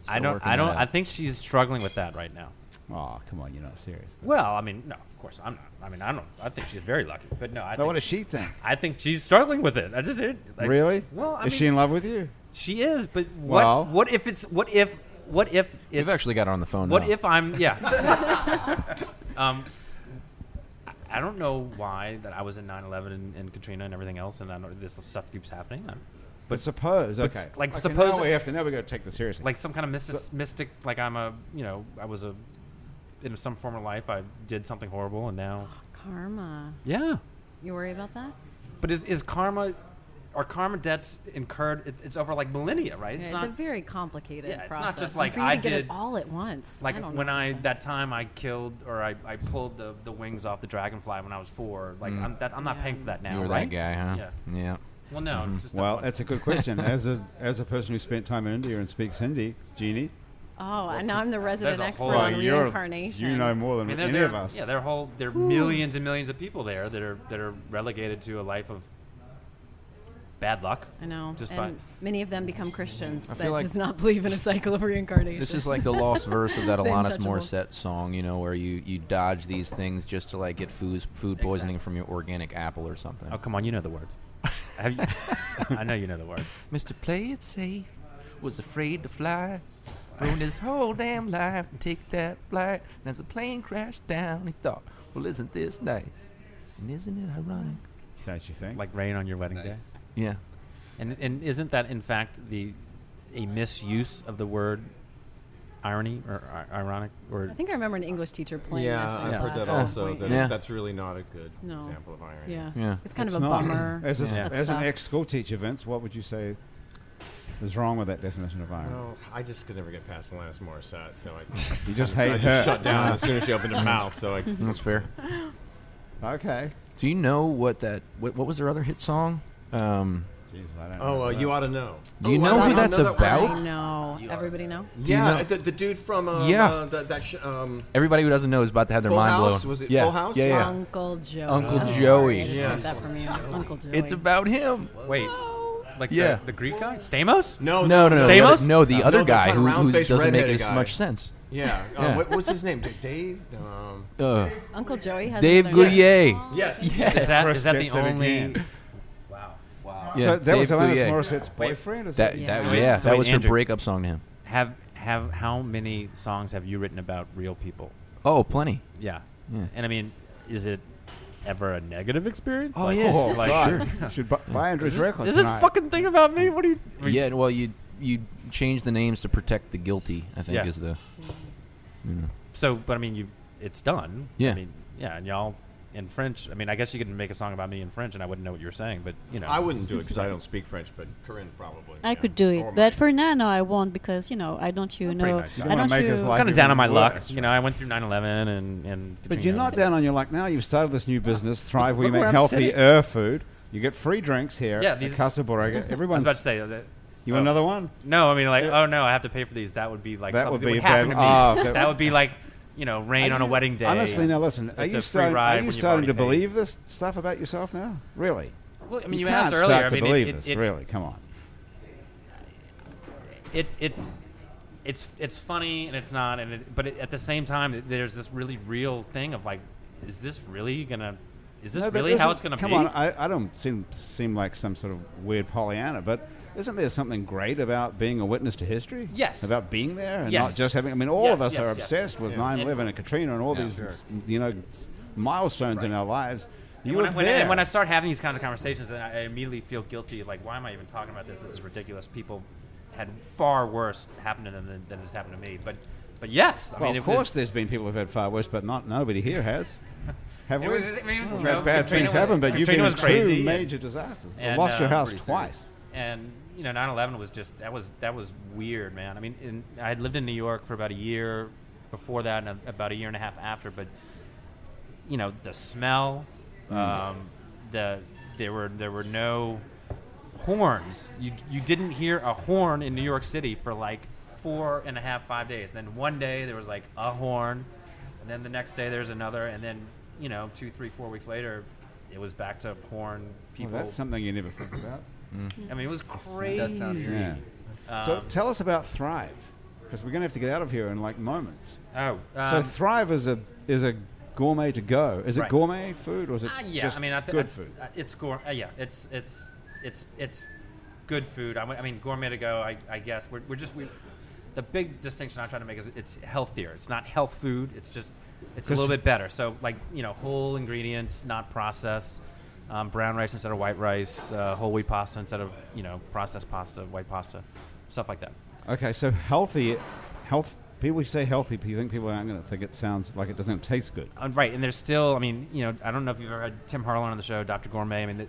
C: I
F: Still
C: don't,
F: working
C: I don't,
F: that
C: I
F: out.
C: think she's struggling with that right now.
A: Oh, come on, you're not serious.
C: Well, I mean, no, of course I'm not. I mean, I don't. I think she's very lucky, but no, I
A: Now, what
C: think,
A: does she think?
C: I think she's struggling with it. I just it, like,
A: really?
C: Well, I
A: is
C: mean,
A: she in love with you?
C: she is, but what?
A: Well-
C: what if it's? What if? What if?
F: You've
C: it's-
F: actually got her on the phone.
C: What
F: now.
C: if I'm yeah? um, I- I don't know why that I was in 9/11 and, and Katrina and everything else, and I know this stuff keeps happening. I'm,
A: But suppose,
C: but
A: okay.
C: s- like,
A: Okay,
C: suppose
A: now we
C: it-
A: have to. Now we got to take this seriously.
C: like some kind of mystic, mystic, like I'm a you know I was a in some former life I did something horrible and now
D: Karma.
C: yeah.
D: You worry about that?
C: But is is karma? Are karma debts incurred? It, it's over like millennia, right?
D: Yeah, It's, a very complicated
C: Yeah, it's not
D: process.
C: just
D: and
C: like
D: for you
C: I
D: to get
C: did-
D: it all at once.
C: like
D: I don't
C: when
D: know.
C: I that time I killed or I, I pulled the, the wings off the dragonfly when I was four. Like I'm that, I'm not paying for that now.
F: Mm. you were
C: right?
F: that guy, huh?
C: Yeah.
F: Yeah. Mm-hmm.
C: Well, no. it's Just that
A: well,
C: one.
A: that's a good question. as a as a person who spent time in India and speaks Hindi, Jeannie,
D: Oh, and now I'm the resident
C: a
D: expert
C: whole- Well,
D: on
A: well, you're
D: reincarnation.
A: you know more
C: I
A: than
C: mean, there,
A: any
C: there,
A: of us.
C: yeah, there are whole there are millions and millions of people there that are that are relegated to a life of bad luck.
D: I know.
C: Just
D: and
C: by-
D: many of them become Christians
F: I feel
D: that
F: like-
D: does not believe in a cycle of reincarnation.
F: This is like the lost verse of that
D: The
F: Alanis
D: Untouchables.
F: Morissette song, you know, where you, you dodge these things just to like get food food poisoning from your organic apple or something.
C: Oh, come on, you know the words. Have you, I know you know the words.
F: Mr. Play It Safe was afraid to fly. Ruined his whole damn life to take that flight. And as the plane crashed down, he thought, well, isn't this nice? And isn't it ironic?
A: Don't you think?
C: Like rain on your wedding day.
E: Nice.
F: Yeah.
C: And and isn't that in fact the a misuse of the word irony or i- ironic or
D: I think I remember an English teacher playing
B: yeah,
D: this. in
B: I've heard
D: class
B: that
D: at one
B: also.
D: point.
B: That
F: Yeah.
B: That's really not a good
D: No.
B: example of irony.
D: Yeah.
F: Yeah.
D: It's kind
A: It's
D: of a
A: not.
D: bummer.
A: As, a,
F: Yeah.
D: That
A: as an
D: sucks.
A: ex school teacher, Vince, what would you say is wrong with that definition of irony?
B: No, I just could never get past Alanis Morissette, so I,
A: You just
B: I
A: hate her.
B: just shut down as soon as she opened her mouth. So I,
F: That's fair.
A: Okay.
F: Do you know what that, what, what was their other hit song? Um,
A: Jesus, I don't
B: oh, uh,
A: remember that.
B: you ought to know.
F: do you
A: Oh,
F: know
B: I
F: who
B: don't
F: that's
B: know that one.
F: about?
D: I know. Everybody know?
B: Yeah,
F: know-
B: the, the dude from um,
F: Yeah.
B: uh, that, that sh- um,
F: Everybody who doesn't know is about to have their
B: Full
F: mind
B: House?
F: blown.
B: Was it
F: yeah.
B: Full House?
F: Yeah, yeah.
D: Uncle Joey.
F: Uncle
D: I'm sorry,
F: Joey.
D: I just
B: Yes.
D: heard that from you. Uncle Joey.
F: It's about him.
C: wait like
F: Yeah.
C: the, the Greek guy Stamos?
B: no,
F: No, no, no.
C: Stamos?
F: the other- No, the
B: No,
F: other
B: the
F: guy
B: kind of
F: who, who
B: round-faced
F: doesn't make
B: redheaded
F: as
B: guy.
F: much sense.
B: Yeah, um,
F: Yeah.
B: What, what's his name? D- Dave. Um,
F: Uh,
D: Uncle Joey has
F: Dave
D: another name.
F: Goulier.
B: yes.
C: Is that is that the
A: Gets it
C: only?
A: again.
C: Wow.
E: Wow.
A: So that was
F: Dave
A: Alanis
F: Goulier.
A: Morissette's
C: Wait.
A: boyfriend? Is
F: That,
A: it?
F: that,
C: So wait-
F: yeah,
C: so
F: that
C: wait,
F: was her
C: Andrew.
F: breakup song to him.
C: Have have how many songs have you written about real people?
F: Oh, plenty.
C: Yeah.
F: Yeah.
C: And I mean, is it ever a negative experience?
F: Oh,
C: Like-
F: yeah.
A: Oh,
C: like-
A: God. You should bu- buy Andrew's record
C: Is this
A: tonight.
C: fucking thing about me? What do you?
F: Yeah, well, you you change the names to protect the guilty. I think
C: Yeah.
F: is the
C: So, but I mean, you, it's done.
F: Yeah.
C: I mean, yeah, and y'all in French. I mean, I guess you could make a song about me in French, and I wouldn't know what you were saying. But you know,
B: I wouldn't do it because I don't speak French, but Corinne probably.
G: I
B: yeah.
G: could do
B: Or
G: it, but
B: Mike.
G: for now, no, I won't because you know I don't. You
C: I'm pretty
G: know,
C: nice
A: You
C: guy.
G: I
A: don't wanna
G: don't.
A: make his
G: you-
A: life
C: kind of down on my
A: even
C: luck.
A: worse,
C: You know, I went through 9/11 and and.
A: But you're not down on your luck now. You've started this new business, Thrive. We
C: Uh, Look where
A: make
C: I'm
A: healthy
C: sitting.
A: air food. You get free drinks here
C: Yeah,
A: at
C: these-
A: Casa Borrega.
C: I was about to
A: Everyone's.
C: say that.
A: You want
C: oh.
A: another one?
C: No, I mean like,
A: Uh,
C: oh no, I have to pay for these. That would be like
A: That would
C: something
A: be
C: that would happen
A: bad-
C: to
A: ah,
C: me.
A: that-
C: that would be like, you know, rain
A: Are
C: on a
A: you-
C: wedding day.
A: Honestly, now listen. Are
C: It's
A: you
C: a free
A: starting?
C: ride
A: Are
C: when
A: you
C: you've
A: starting to
C: already paid.
A: believe this stuff about yourself now? Really?
C: Well, I mean, you,
A: can't
C: asked earlier.
A: start
C: I mean,
A: to believe
C: it,
A: this.
C: it, it,
A: really? Come on.
C: it, it's it's it's funny and it's not, and it, but it, at the same time, it- there's this really real thing of like, is this really gonna? Is this
A: No, but
C: really
A: isn't-
C: how it's gonna
A: come
C: be?
A: on, I, I don't seem seem like some sort of weird Pollyanna, but isn't there something great about being a witness to history?
C: Yes.
A: About being there and not
C: Yes.
A: just having. I mean, all of
C: Yes,
A: us are
C: yes, yes.
A: obsessed with
B: Yeah.
A: 9 11 and Katrina and all
F: Yeah.
A: these,
F: Sure.
A: you know, s- milestones in our lives. You
C: when,
A: were
C: I, when, I-
A: there.
C: and when I start having these kind of conversations, then I I immediately feel guilty. Like, why am I even talking about this? This is ridiculous. People had far worse happen to them than, than has happened to me. But, but yes, I
A: well,
C: mean,
A: of
C: it was-
A: course, there's been people who've had far worse, but not nobody here has. Have
C: It
A: we?
C: was- I mean,
A: We've
C: you know,
A: had bad
C: Katrina
A: things
C: was-
A: happen, but you've
C: Katrina
A: been
C: was
A: in
C: crazy
A: two
C: and-
A: major disasters.
C: and,
A: lost your
C: uh,
A: house
E: pretty serious.
A: twice.
C: and you know 9-11 was just that was that was weird man i mean in, i had lived in new york for about a year before that and a, about a year and a half after but you know the smell
A: Hmm.
C: um, the there were there were no horns you you didn't hear a horn in new york city for like four and a half five days then one day there was like a horn and then the next day there's another and then you know two three four weeks later it was back to horn people
A: Well, that's something you never think about.
F: Mm.
C: i mean it was crazy Um, uh,
E: does sound crazy.
A: Yeah. so tell us about Thrive, because we're going to have to get out of here in like moments.
C: Oh,
A: so
C: um,
A: Thrive is a is a gourmet to go. Is it
C: Right.
A: gourmet food or is it
C: ah, yeah.
A: just
C: I mean, I think
A: good food?
C: It's gour- uh, Yeah, it's it's it's it's good food. I, w- I mean, gourmet to go. I, I guess we're, we're just we. The big distinction I'm trying to make is it's healthier. It's not health food. It's just it's a little bit better. So like you know, whole ingredients, not processed. Um, brown rice instead of white rice, uh, whole wheat pasta instead of you know processed pasta, white pasta, stuff like that.
A: Okay, so healthy, health. People say healthy, but you think people aren't going to think it sounds like it doesn't taste good.
C: Uh, right, and there's still, I mean, you know, I don't know if you've ever had Tim Harlan on the show, Dr. Gourmet. I mean, th-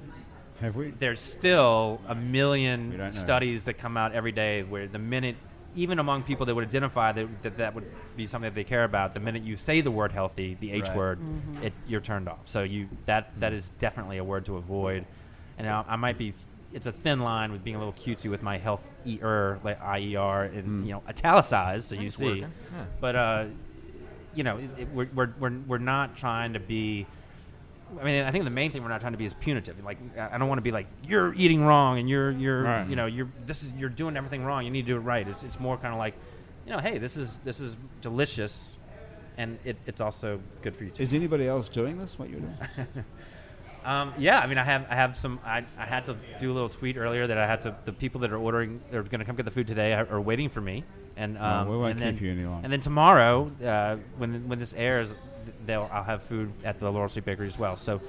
A: Have we?
C: there's still
A: We
C: a
A: don't know.
C: million studies that come out every day where the minute even among people that would identify that that, that would be something that they care about the minute you say the word healthy the h
F: Right.
C: word it, you're turned off so you that that is definitely a word to avoid and I, I might be it's a thin line with being a little cutesy with my health er like ier and you know italicized so you
F: It's
C: see
F: Mm. working, yeah.
C: but uh, you know it, it, we're, we're, we're, we're not trying to be I mean, I think the main thing we're not trying to be is punitive. Like, I I don't want to be like you're eating wrong and you're you're
A: Right.
C: you know you're this is you're doing everything wrong. You need to do it right. It's it's more kind of like, you know, hey, this is this is delicious, and it, it's also good for you too.
A: Is anybody else doing this? What you're doing?
C: Um, yeah, I mean, I have I have some. I, I had to do a little tweet earlier that I had to. The people that are ordering, they're going to come get the food today, are, are waiting for me. And um,
A: we won't
C: and
A: keep
C: then,
A: you any longer.
C: And then tomorrow, uh, when when this airs, they'll I'll have food at the Laurel Street Bakery as well. So.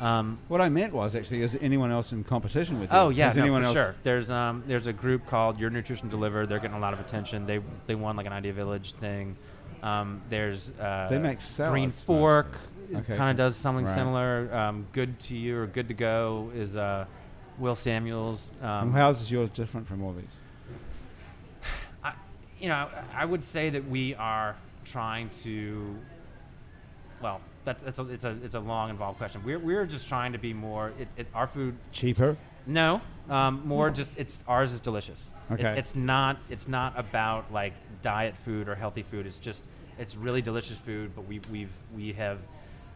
C: Um,
A: what I meant was actually, is anyone else in competition with you?
C: Oh yeah,
A: Has
C: no,
A: anyone
C: for
A: else?
C: sure. There's um, there's a group called Your Nutrition Delivered. They're getting a lot of attention. They they won like an Idea Village thing. Um, there's uh,
A: They make
C: Green
A: salads
C: Fork
A: Okay,
C: kind of does something
A: right.
C: similar. Um, good to you or good to go is uh, Will Samuels. Um,
A: And How's yours different from all these?
C: I, you know, I would say that we are trying to. Well, that's, that's a, it's a it's a long involved question. We're we're just trying to be more. It, it, our food
A: Cheaper.
C: no, um, more just it's ours is delicious. It-
A: Okay.
C: it's not it's not about like diet food or healthy food. It's just it's really delicious food. But we we've we have,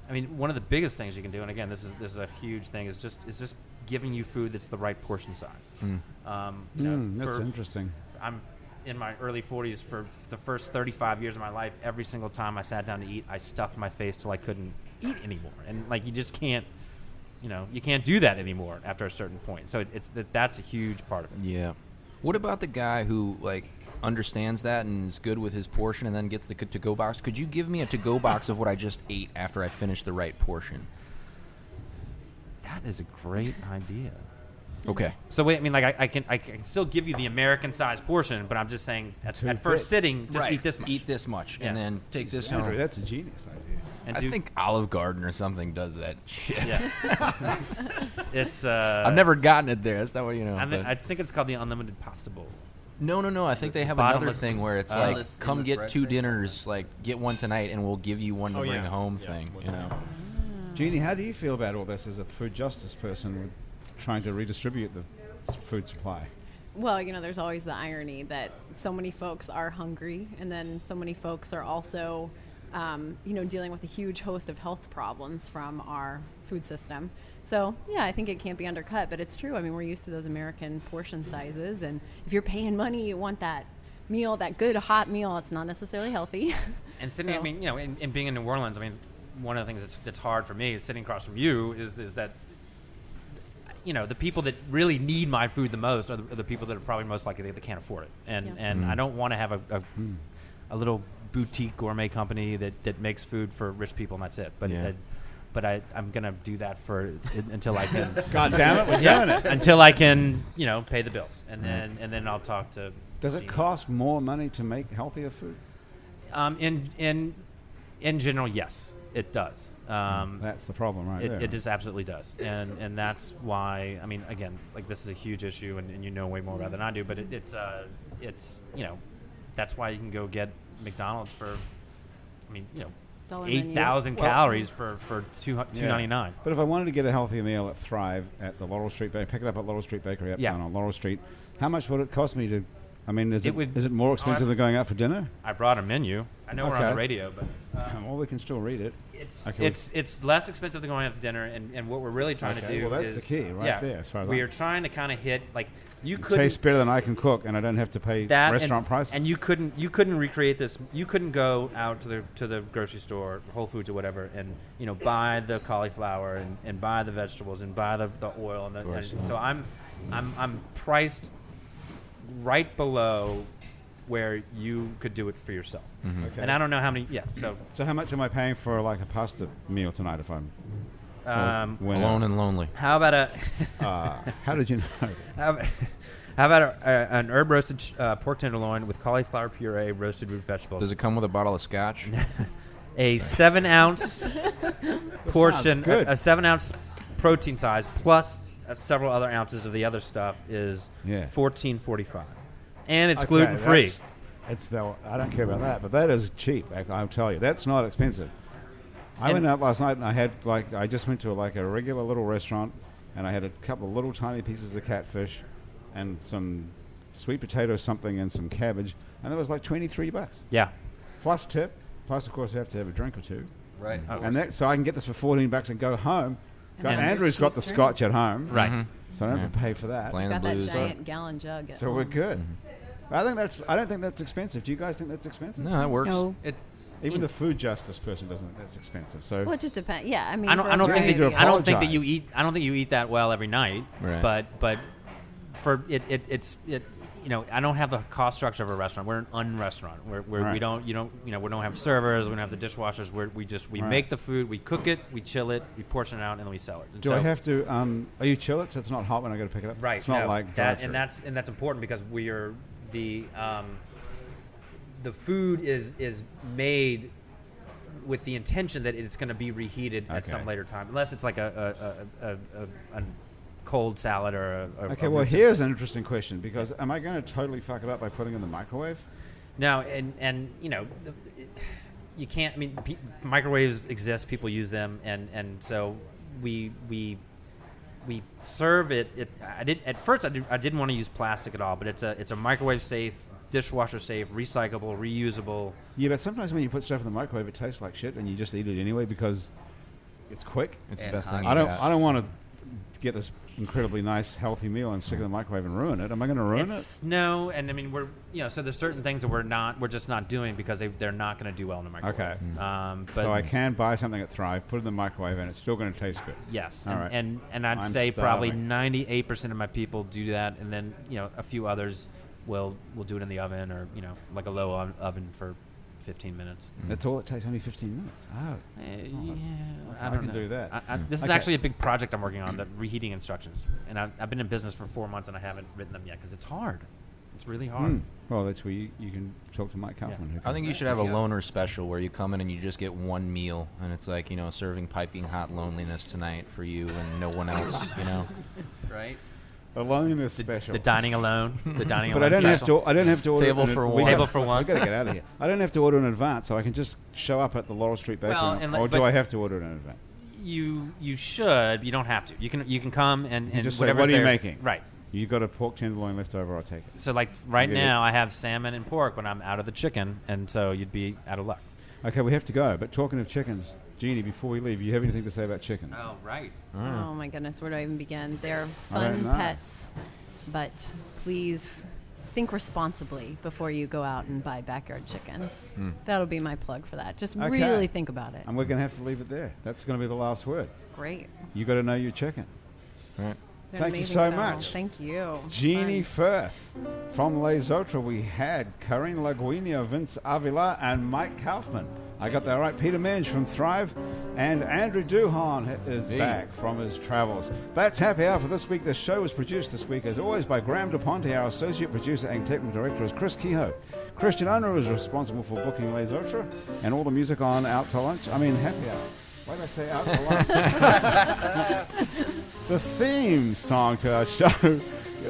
C: I mean, one of the biggest things you can do, and again, this is this is a huge thing, is just is just giving you food that's the right portion size. Um, you know,
F: Hmm,
A: Mm, that's
C: for-
A: interesting.
C: I'm in my early 40s. For f- the first 35 years of my life, every single time I sat down to eat, I stuffed my face till I couldn't eat anymore. And like you just can't, you know, you can't do that anymore after a certain point. So it's, it's that that's a huge part of it.
F: Yeah. What about the guy who like understands that and is good with his portion and then gets the to go box? Could you give me a to go box of what I just ate after I finished the right portion?
C: That is a great idea.
F: Okay.
C: So wait, I mean, like I, I can I can still give you the American sized portion, but I'm just saying at, at first
A: bits.
C: sitting, just eat this much
F: Eat this much
C: Yeah.
F: and then take this
A: Andrew,
F: home.
A: that's a genius idea.
C: and
F: I
C: do-
F: think Olive Garden or something does that shit.
C: yeah. it's uh,
F: I've never gotten it there. That's not what you know.
C: I, thi-
F: but-
C: I think it's called the unlimited pasta bowl.
F: no, no, no. I think they have another
C: bottomless-
F: thing where it's
C: uh,
F: like,
E: endless-
F: come
E: endless
F: get
E: bread
F: two
E: thing.
F: dinners. Like, get one tonight, and we'll give you one to
B: Oh,
F: bring
B: yeah.
F: home.
B: Yeah,
F: Thing,
B: one
F: you
B: to
F: know.
A: Jeannie, how do you feel about all this as a food justice person with trying to redistribute the s- food supply?
D: Well, you know, there's always the irony that so many folks are hungry, and then so many folks are also um, you know, dealing with a huge host of health problems from our food system. So yeah, I think it can't be undercut, but it's true. I mean, we're used to those American portion sizes, and if you're paying money, you want that meal, that good hot meal. It's not necessarily healthy.
C: And Sydney, I
D: So-
C: mean, you know, and, and being in New Orleans, I mean, one of the things that's, that's hard for me is sitting across from you is is that, you know, the people that really need my food the most are the, are the people that are probably most likely that they can't afford it, and
D: Yeah.
C: and
A: Mm.
C: I don't want to have a, a, a little boutique gourmet company that, that makes food for rich people and that's it. But
F: Yeah.
C: I- but I I'm gonna do that for until I can
A: God damn it, we're doing it.
C: until I can you know pay the bills, and then and then I'll talk to.
A: Does it
C: Gina.
A: cost more money to make healthier food?
C: Um, in in in general, yes, it does. Um,
A: Mm, That's the problem, right there.
C: it, it just absolutely does, and and that's why I mean, again, like this is a huge issue, and, and you know way more about it than I do, but it, it's uh, it's you know, that's why you can go get McDonald's for, I mean, you know.
D: Dollar menu.
C: Eight thousand
A: Well-
C: calories for for two two ninety nine.
A: But if I wanted to get a healthier meal at Thrive at the Laurel Street Bakery, pick it up at Laurel Street Bakery uptown
C: Yeah.
A: on Laurel Street, how much would it cost me to? I mean, is it,
C: It would-
A: is it more expensive
C: I-
A: than going out for dinner?
C: I brought a menu. I know we're on
A: Okay.
C: the radio, but uh,
A: well, we can still read it.
C: It's
A: Okay.
C: it's it's less expensive than going out to dinner, and, and what we're really trying to
A: Okay,
C: do
A: well, that's
C: is
A: the key right
C: yeah,
A: there, as far as
C: we
A: I'm-
C: are trying to kind of hit like you
A: It
C: could
A: tastes better than I can cook, and I don't have to pay
C: that and-
A: restaurant prices.
C: and you couldn't you couldn't recreate this. You couldn't go out to the to the grocery store, Whole Foods or whatever, and you know buy the cauliflower and, and buy the vegetables and buy the, the oil and, the,
F: course.
C: and so I'm I'm I'm priced right below where you could do it for yourself.
A: Okay.
C: And I don't know how many yeah so
A: so, how much am I paying for like a pasta meal tonight if I'm
C: um,
A: when
F: Alone and lonely.
C: how about a
A: Ah, how did you know?
C: How ab- how about a, a, an herb roasted ch- uh, pork tenderloin with cauliflower puree, roasted root vegetables?
F: Does it come with a bottle of scotch?
C: a seven ounce portion,
A: good.
C: a, a seven ounce protein size plus uh, several other ounces of the other stuff is
A: Yeah.
C: fourteen forty five, and it's
A: Okay,
C: gluten free.
A: that's- It's the, I don't care about that, but that is cheap. I, I'll tell you, that's not expensive. I
C: And-
A: went out last night and I had like I just went to like a regular little restaurant, and I had a couple of little tiny pieces of catfish, and some sweet potato something and some cabbage, and it was like twenty three bucks
C: Yeah,
A: plus tip. Plus, of course, you have to have a drink or two,
E: Right. of course.
A: and that so I can get this for fourteen bucks and go home. Got,
C: And-
A: Andrew's got the
D: Cheap drink.
A: scotch at home,
C: right. Mm-hmm.
A: So I don't have to pay for that.
F: Playing the
D: Got that
F: blues.
D: giant gallon jug. at
A: So we're
D: home.
A: good. I think that's. I don't think that's expensive. Do you guys think that's expensive?
F: No, that works.
G: No.
C: It,
A: Even the food justice person doesn't think that's expensive. So
D: Well, it just depends. Yeah, I mean,
C: I don't.
D: for
C: I
D: a
C: don't
A: you
C: think
A: need
D: variety
A: to
C: that.
D: of-
C: I don't think that you
A: apologize.
C: eat. I don't think you eat that well every night.
F: Right.
C: But but for it, it it's it. You know, I don't have the cost structure of a restaurant. We're an un-restaurant. We're, we're, We
A: Right.
C: don't, you don't, you know, we don't have servers. We don't have the dishwashers. We're, we just we
A: Right.
C: make the food, we cook it, we chill it, we portion it out, and then we sell it. And
A: do
C: so,
A: I have to? Um, are you chill it so it's not hot when I go to pick it up?
C: right?
A: It's not
C: no,
A: like
C: that,
A: drive-thru.
C: and that's and that's important because we are the um, the food is is made with the intention that it's going to be reheated at some
A: Okay.
C: later time, unless it's like a a, a, a, a, a cold salad or a, a
A: Okay,
C: a
A: well,
C: root-
A: here's an interesting question because am I going to totally fuck it up by putting it in the microwave?
C: no, and and you know, the- you can't. I mean, pe- microwaves exist; people use them, and and so we we we serve it. it I did at first. I, did, I didn't want to use plastic at all, but it's a it's a microwave safe, dishwasher safe, recyclable, reusable.
A: Yeah, but sometimes when you put stuff in the microwave, it tastes like shit, and you just eat it anyway because it's quick.
F: It's the
E: And
F: best
E: hot.
F: thing.
A: I don't.
F: you got.
A: I don't want to get this incredibly nice, healthy meal and stick it in the microwave and ruin it. Am I going to ruin it?
C: It's no, and I mean we're you know so there's certain things that we're not we're just not doing because they they're not going to do well in a microwave.
A: Okay.
C: Um, but
A: so I can buy something at Thrive, put it in the microwave, and it's still going to taste good.
C: Yes,
A: All
C: and,
A: right.
C: and and I'd
A: I'm
C: say probably
A: starving.
C: ninety-eight percent of my people do that, and then you know a few others will will do it in the oven or you know like a low ov- oven for fifteen minutes.
A: That's all it takes. Only fifteen minutes. Oh.
C: Eh,
A: that's-
C: yeah,
A: I
C: don't
A: can
C: know.
A: do that.
C: I, I, this is
A: Mm. Okay.
C: actually a big project I'm working on, the reheating instructions, and I, I've been in business for four months and I haven't written them yet because it's hard. It's really hard.
A: Hmm. Well, that's where you, you can talk to Mike Kaufman. who
F: I
A: can-
F: think you should have a loner special where you come in and you just get one meal, and it's like you know, serving piping hot loneliness tonight for you and no one else. You know,
E: right.
A: the loneliness special.
C: The dining alone, the dining
A: but I
C: alone.
A: don't have
C: special.
A: to. I don't have to order
F: Table
A: in ad-
F: for
A: we
F: one.
C: Table for one.
A: I gotta get out of here. I don't have to order in advance, so I can just show up at the Laurel Street Bakery.
C: Well,
A: and-
C: and
A: or
C: like-
A: do
C: but-
A: I have to order it in advance?
C: You you should. but You don't have to. You can you can come and, and
A: just say,
C: whatever's
A: "What are you
C: there-
A: making?"
C: Right.
A: You got a pork tenderloin left over? I'll take it.
C: So like right
A: You're good.
C: now, I have salmon and pork, but I'm out of the chicken, and so you'd be out of luck.
A: Okay, we have to go. But talking of chickens, Jeannie, before we leave, you have anything to say about chickens?
E: Oh, right.
D: Oh my goodness, where do I even begin? They're
A: I don't
D: fun
A: know.
D: pets, but please think responsibly before you go out and buy backyard chickens. That'll be my plug for that. Just
A: Hmm. Okay.
D: really think about it.
A: And we're going to have to leave it there. That's going to be the last word.
D: Great.
A: You got to know your chicken.
F: All right.
D: They're
A: Thank you
D: amazing
A: so
D: fowl.
A: much.
D: Thank you.
A: Jeannie
D: Fun.
A: Firth from Les Otra. We had Corinne Laguinio, Vince Avila, and Mike Kaufman. I got that right. Peter Minge from Thrive, and Andrew Duhon is
F: Hey.
A: back from his travels. That's Happy Hour for this week. The show was produced this week, as always, by Graham DePonte. Our associate producer and technical director is Chris Kehoe. Christian Owner is responsible for booking Les Otra and all the music on Out to Lunch. I mean, Happy Hour. Why did I say
C: uh,
A: Out to Lunch? The theme song to our show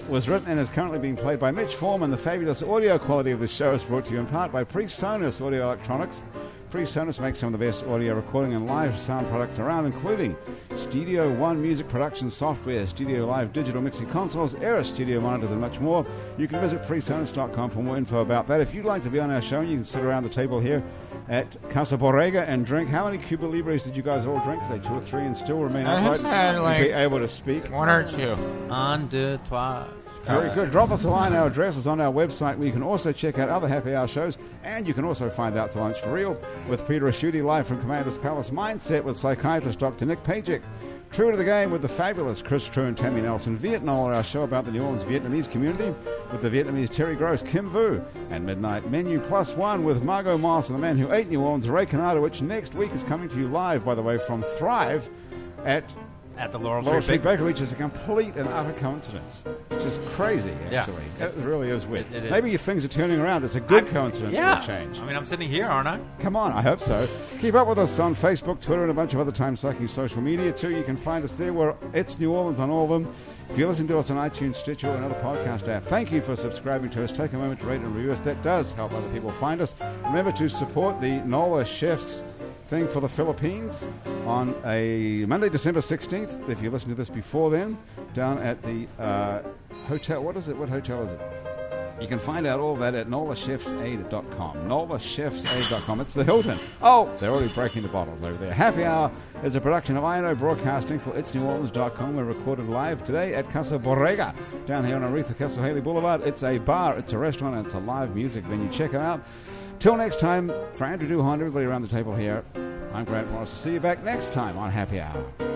A: was written and is currently being played by Mitch Forman. The fabulous audio quality of the show is brought to you in part by PreSonus Audio Electronics. PreSonus makes some of the best audio recording and live sound products around, including Studio One music production software, Studio Live digital mixing consoles, Era Studio monitors, and much more. You can visit PreSonus.com for more info about that. If you'd like to be on our show, you can sit around the table here at Casa Borrega and drink. How many Cuba Libres did you guys all drink today? Two or three and still remain
F: I
A: upright?
F: have had,
A: and
F: like,
A: be able to speak?
F: One or two.
C: Un, deux, trois.
A: Very good. Drop us a line. Our address is on our website where you can also check out other happy hour shows and you can also find out to lunch for real with Peter Asciuti live from Commander's Palace Mindset with psychiatrist Dr. Nick Pajic. True to the game with the fabulous Chris True and Tammy Nelson. Vietnam, our show about the New Orleans Vietnamese community with the Vietnamese Terry Gross, Kim Vu, and Midnight Menu Plus One with Margot Moss and the man who ate New Orleans, Ray Canada, which next week is coming to you live, by the way, from Thrive at
C: At the Laurel,
A: Laurel Street
C: Street,
A: Bakery, which is a complete and utter coincidence, which is crazy,
C: Yeah.
A: actually. It really is weird.
C: It- it is.
A: Maybe things are turning around. It's a good
C: I'm-
A: coincidence
C: yeah.
A: for a change.
C: I mean, I'm sitting here, aren't I?
A: Come on, I hope so. Keep up with us on Facebook, Twitter, and a bunch of other time sucking social media too. You can find us there where it's New Orleans on all of them. If you listen to us on iTunes, Stitcher, or another podcast app, thank you for subscribing to us. Take a moment to rate and review us. That does help other people find us. Remember to support the NOLA Chefs thing for the Philippines on a Monday, December 16th. If you listen to this before then, down at the uh, hotel. What is it? What hotel is it? You can find out all that at nolachefsaid.com. Nolachefsaid.com. It's the Hilton. Oh, they're already breaking the bottles over there. Happy Hour is a production of INO Broadcasting for it'sneworleans.com. We're recorded live today at Casa Borrega down here on Aretha Castle Haley Boulevard. It's a bar, it's a restaurant, and it's a live music venue. Check it out. Till next time, for Andrew Duhon, everybody around the table here, I'm Grant Morris. We'll see you back next time on Happy Hour.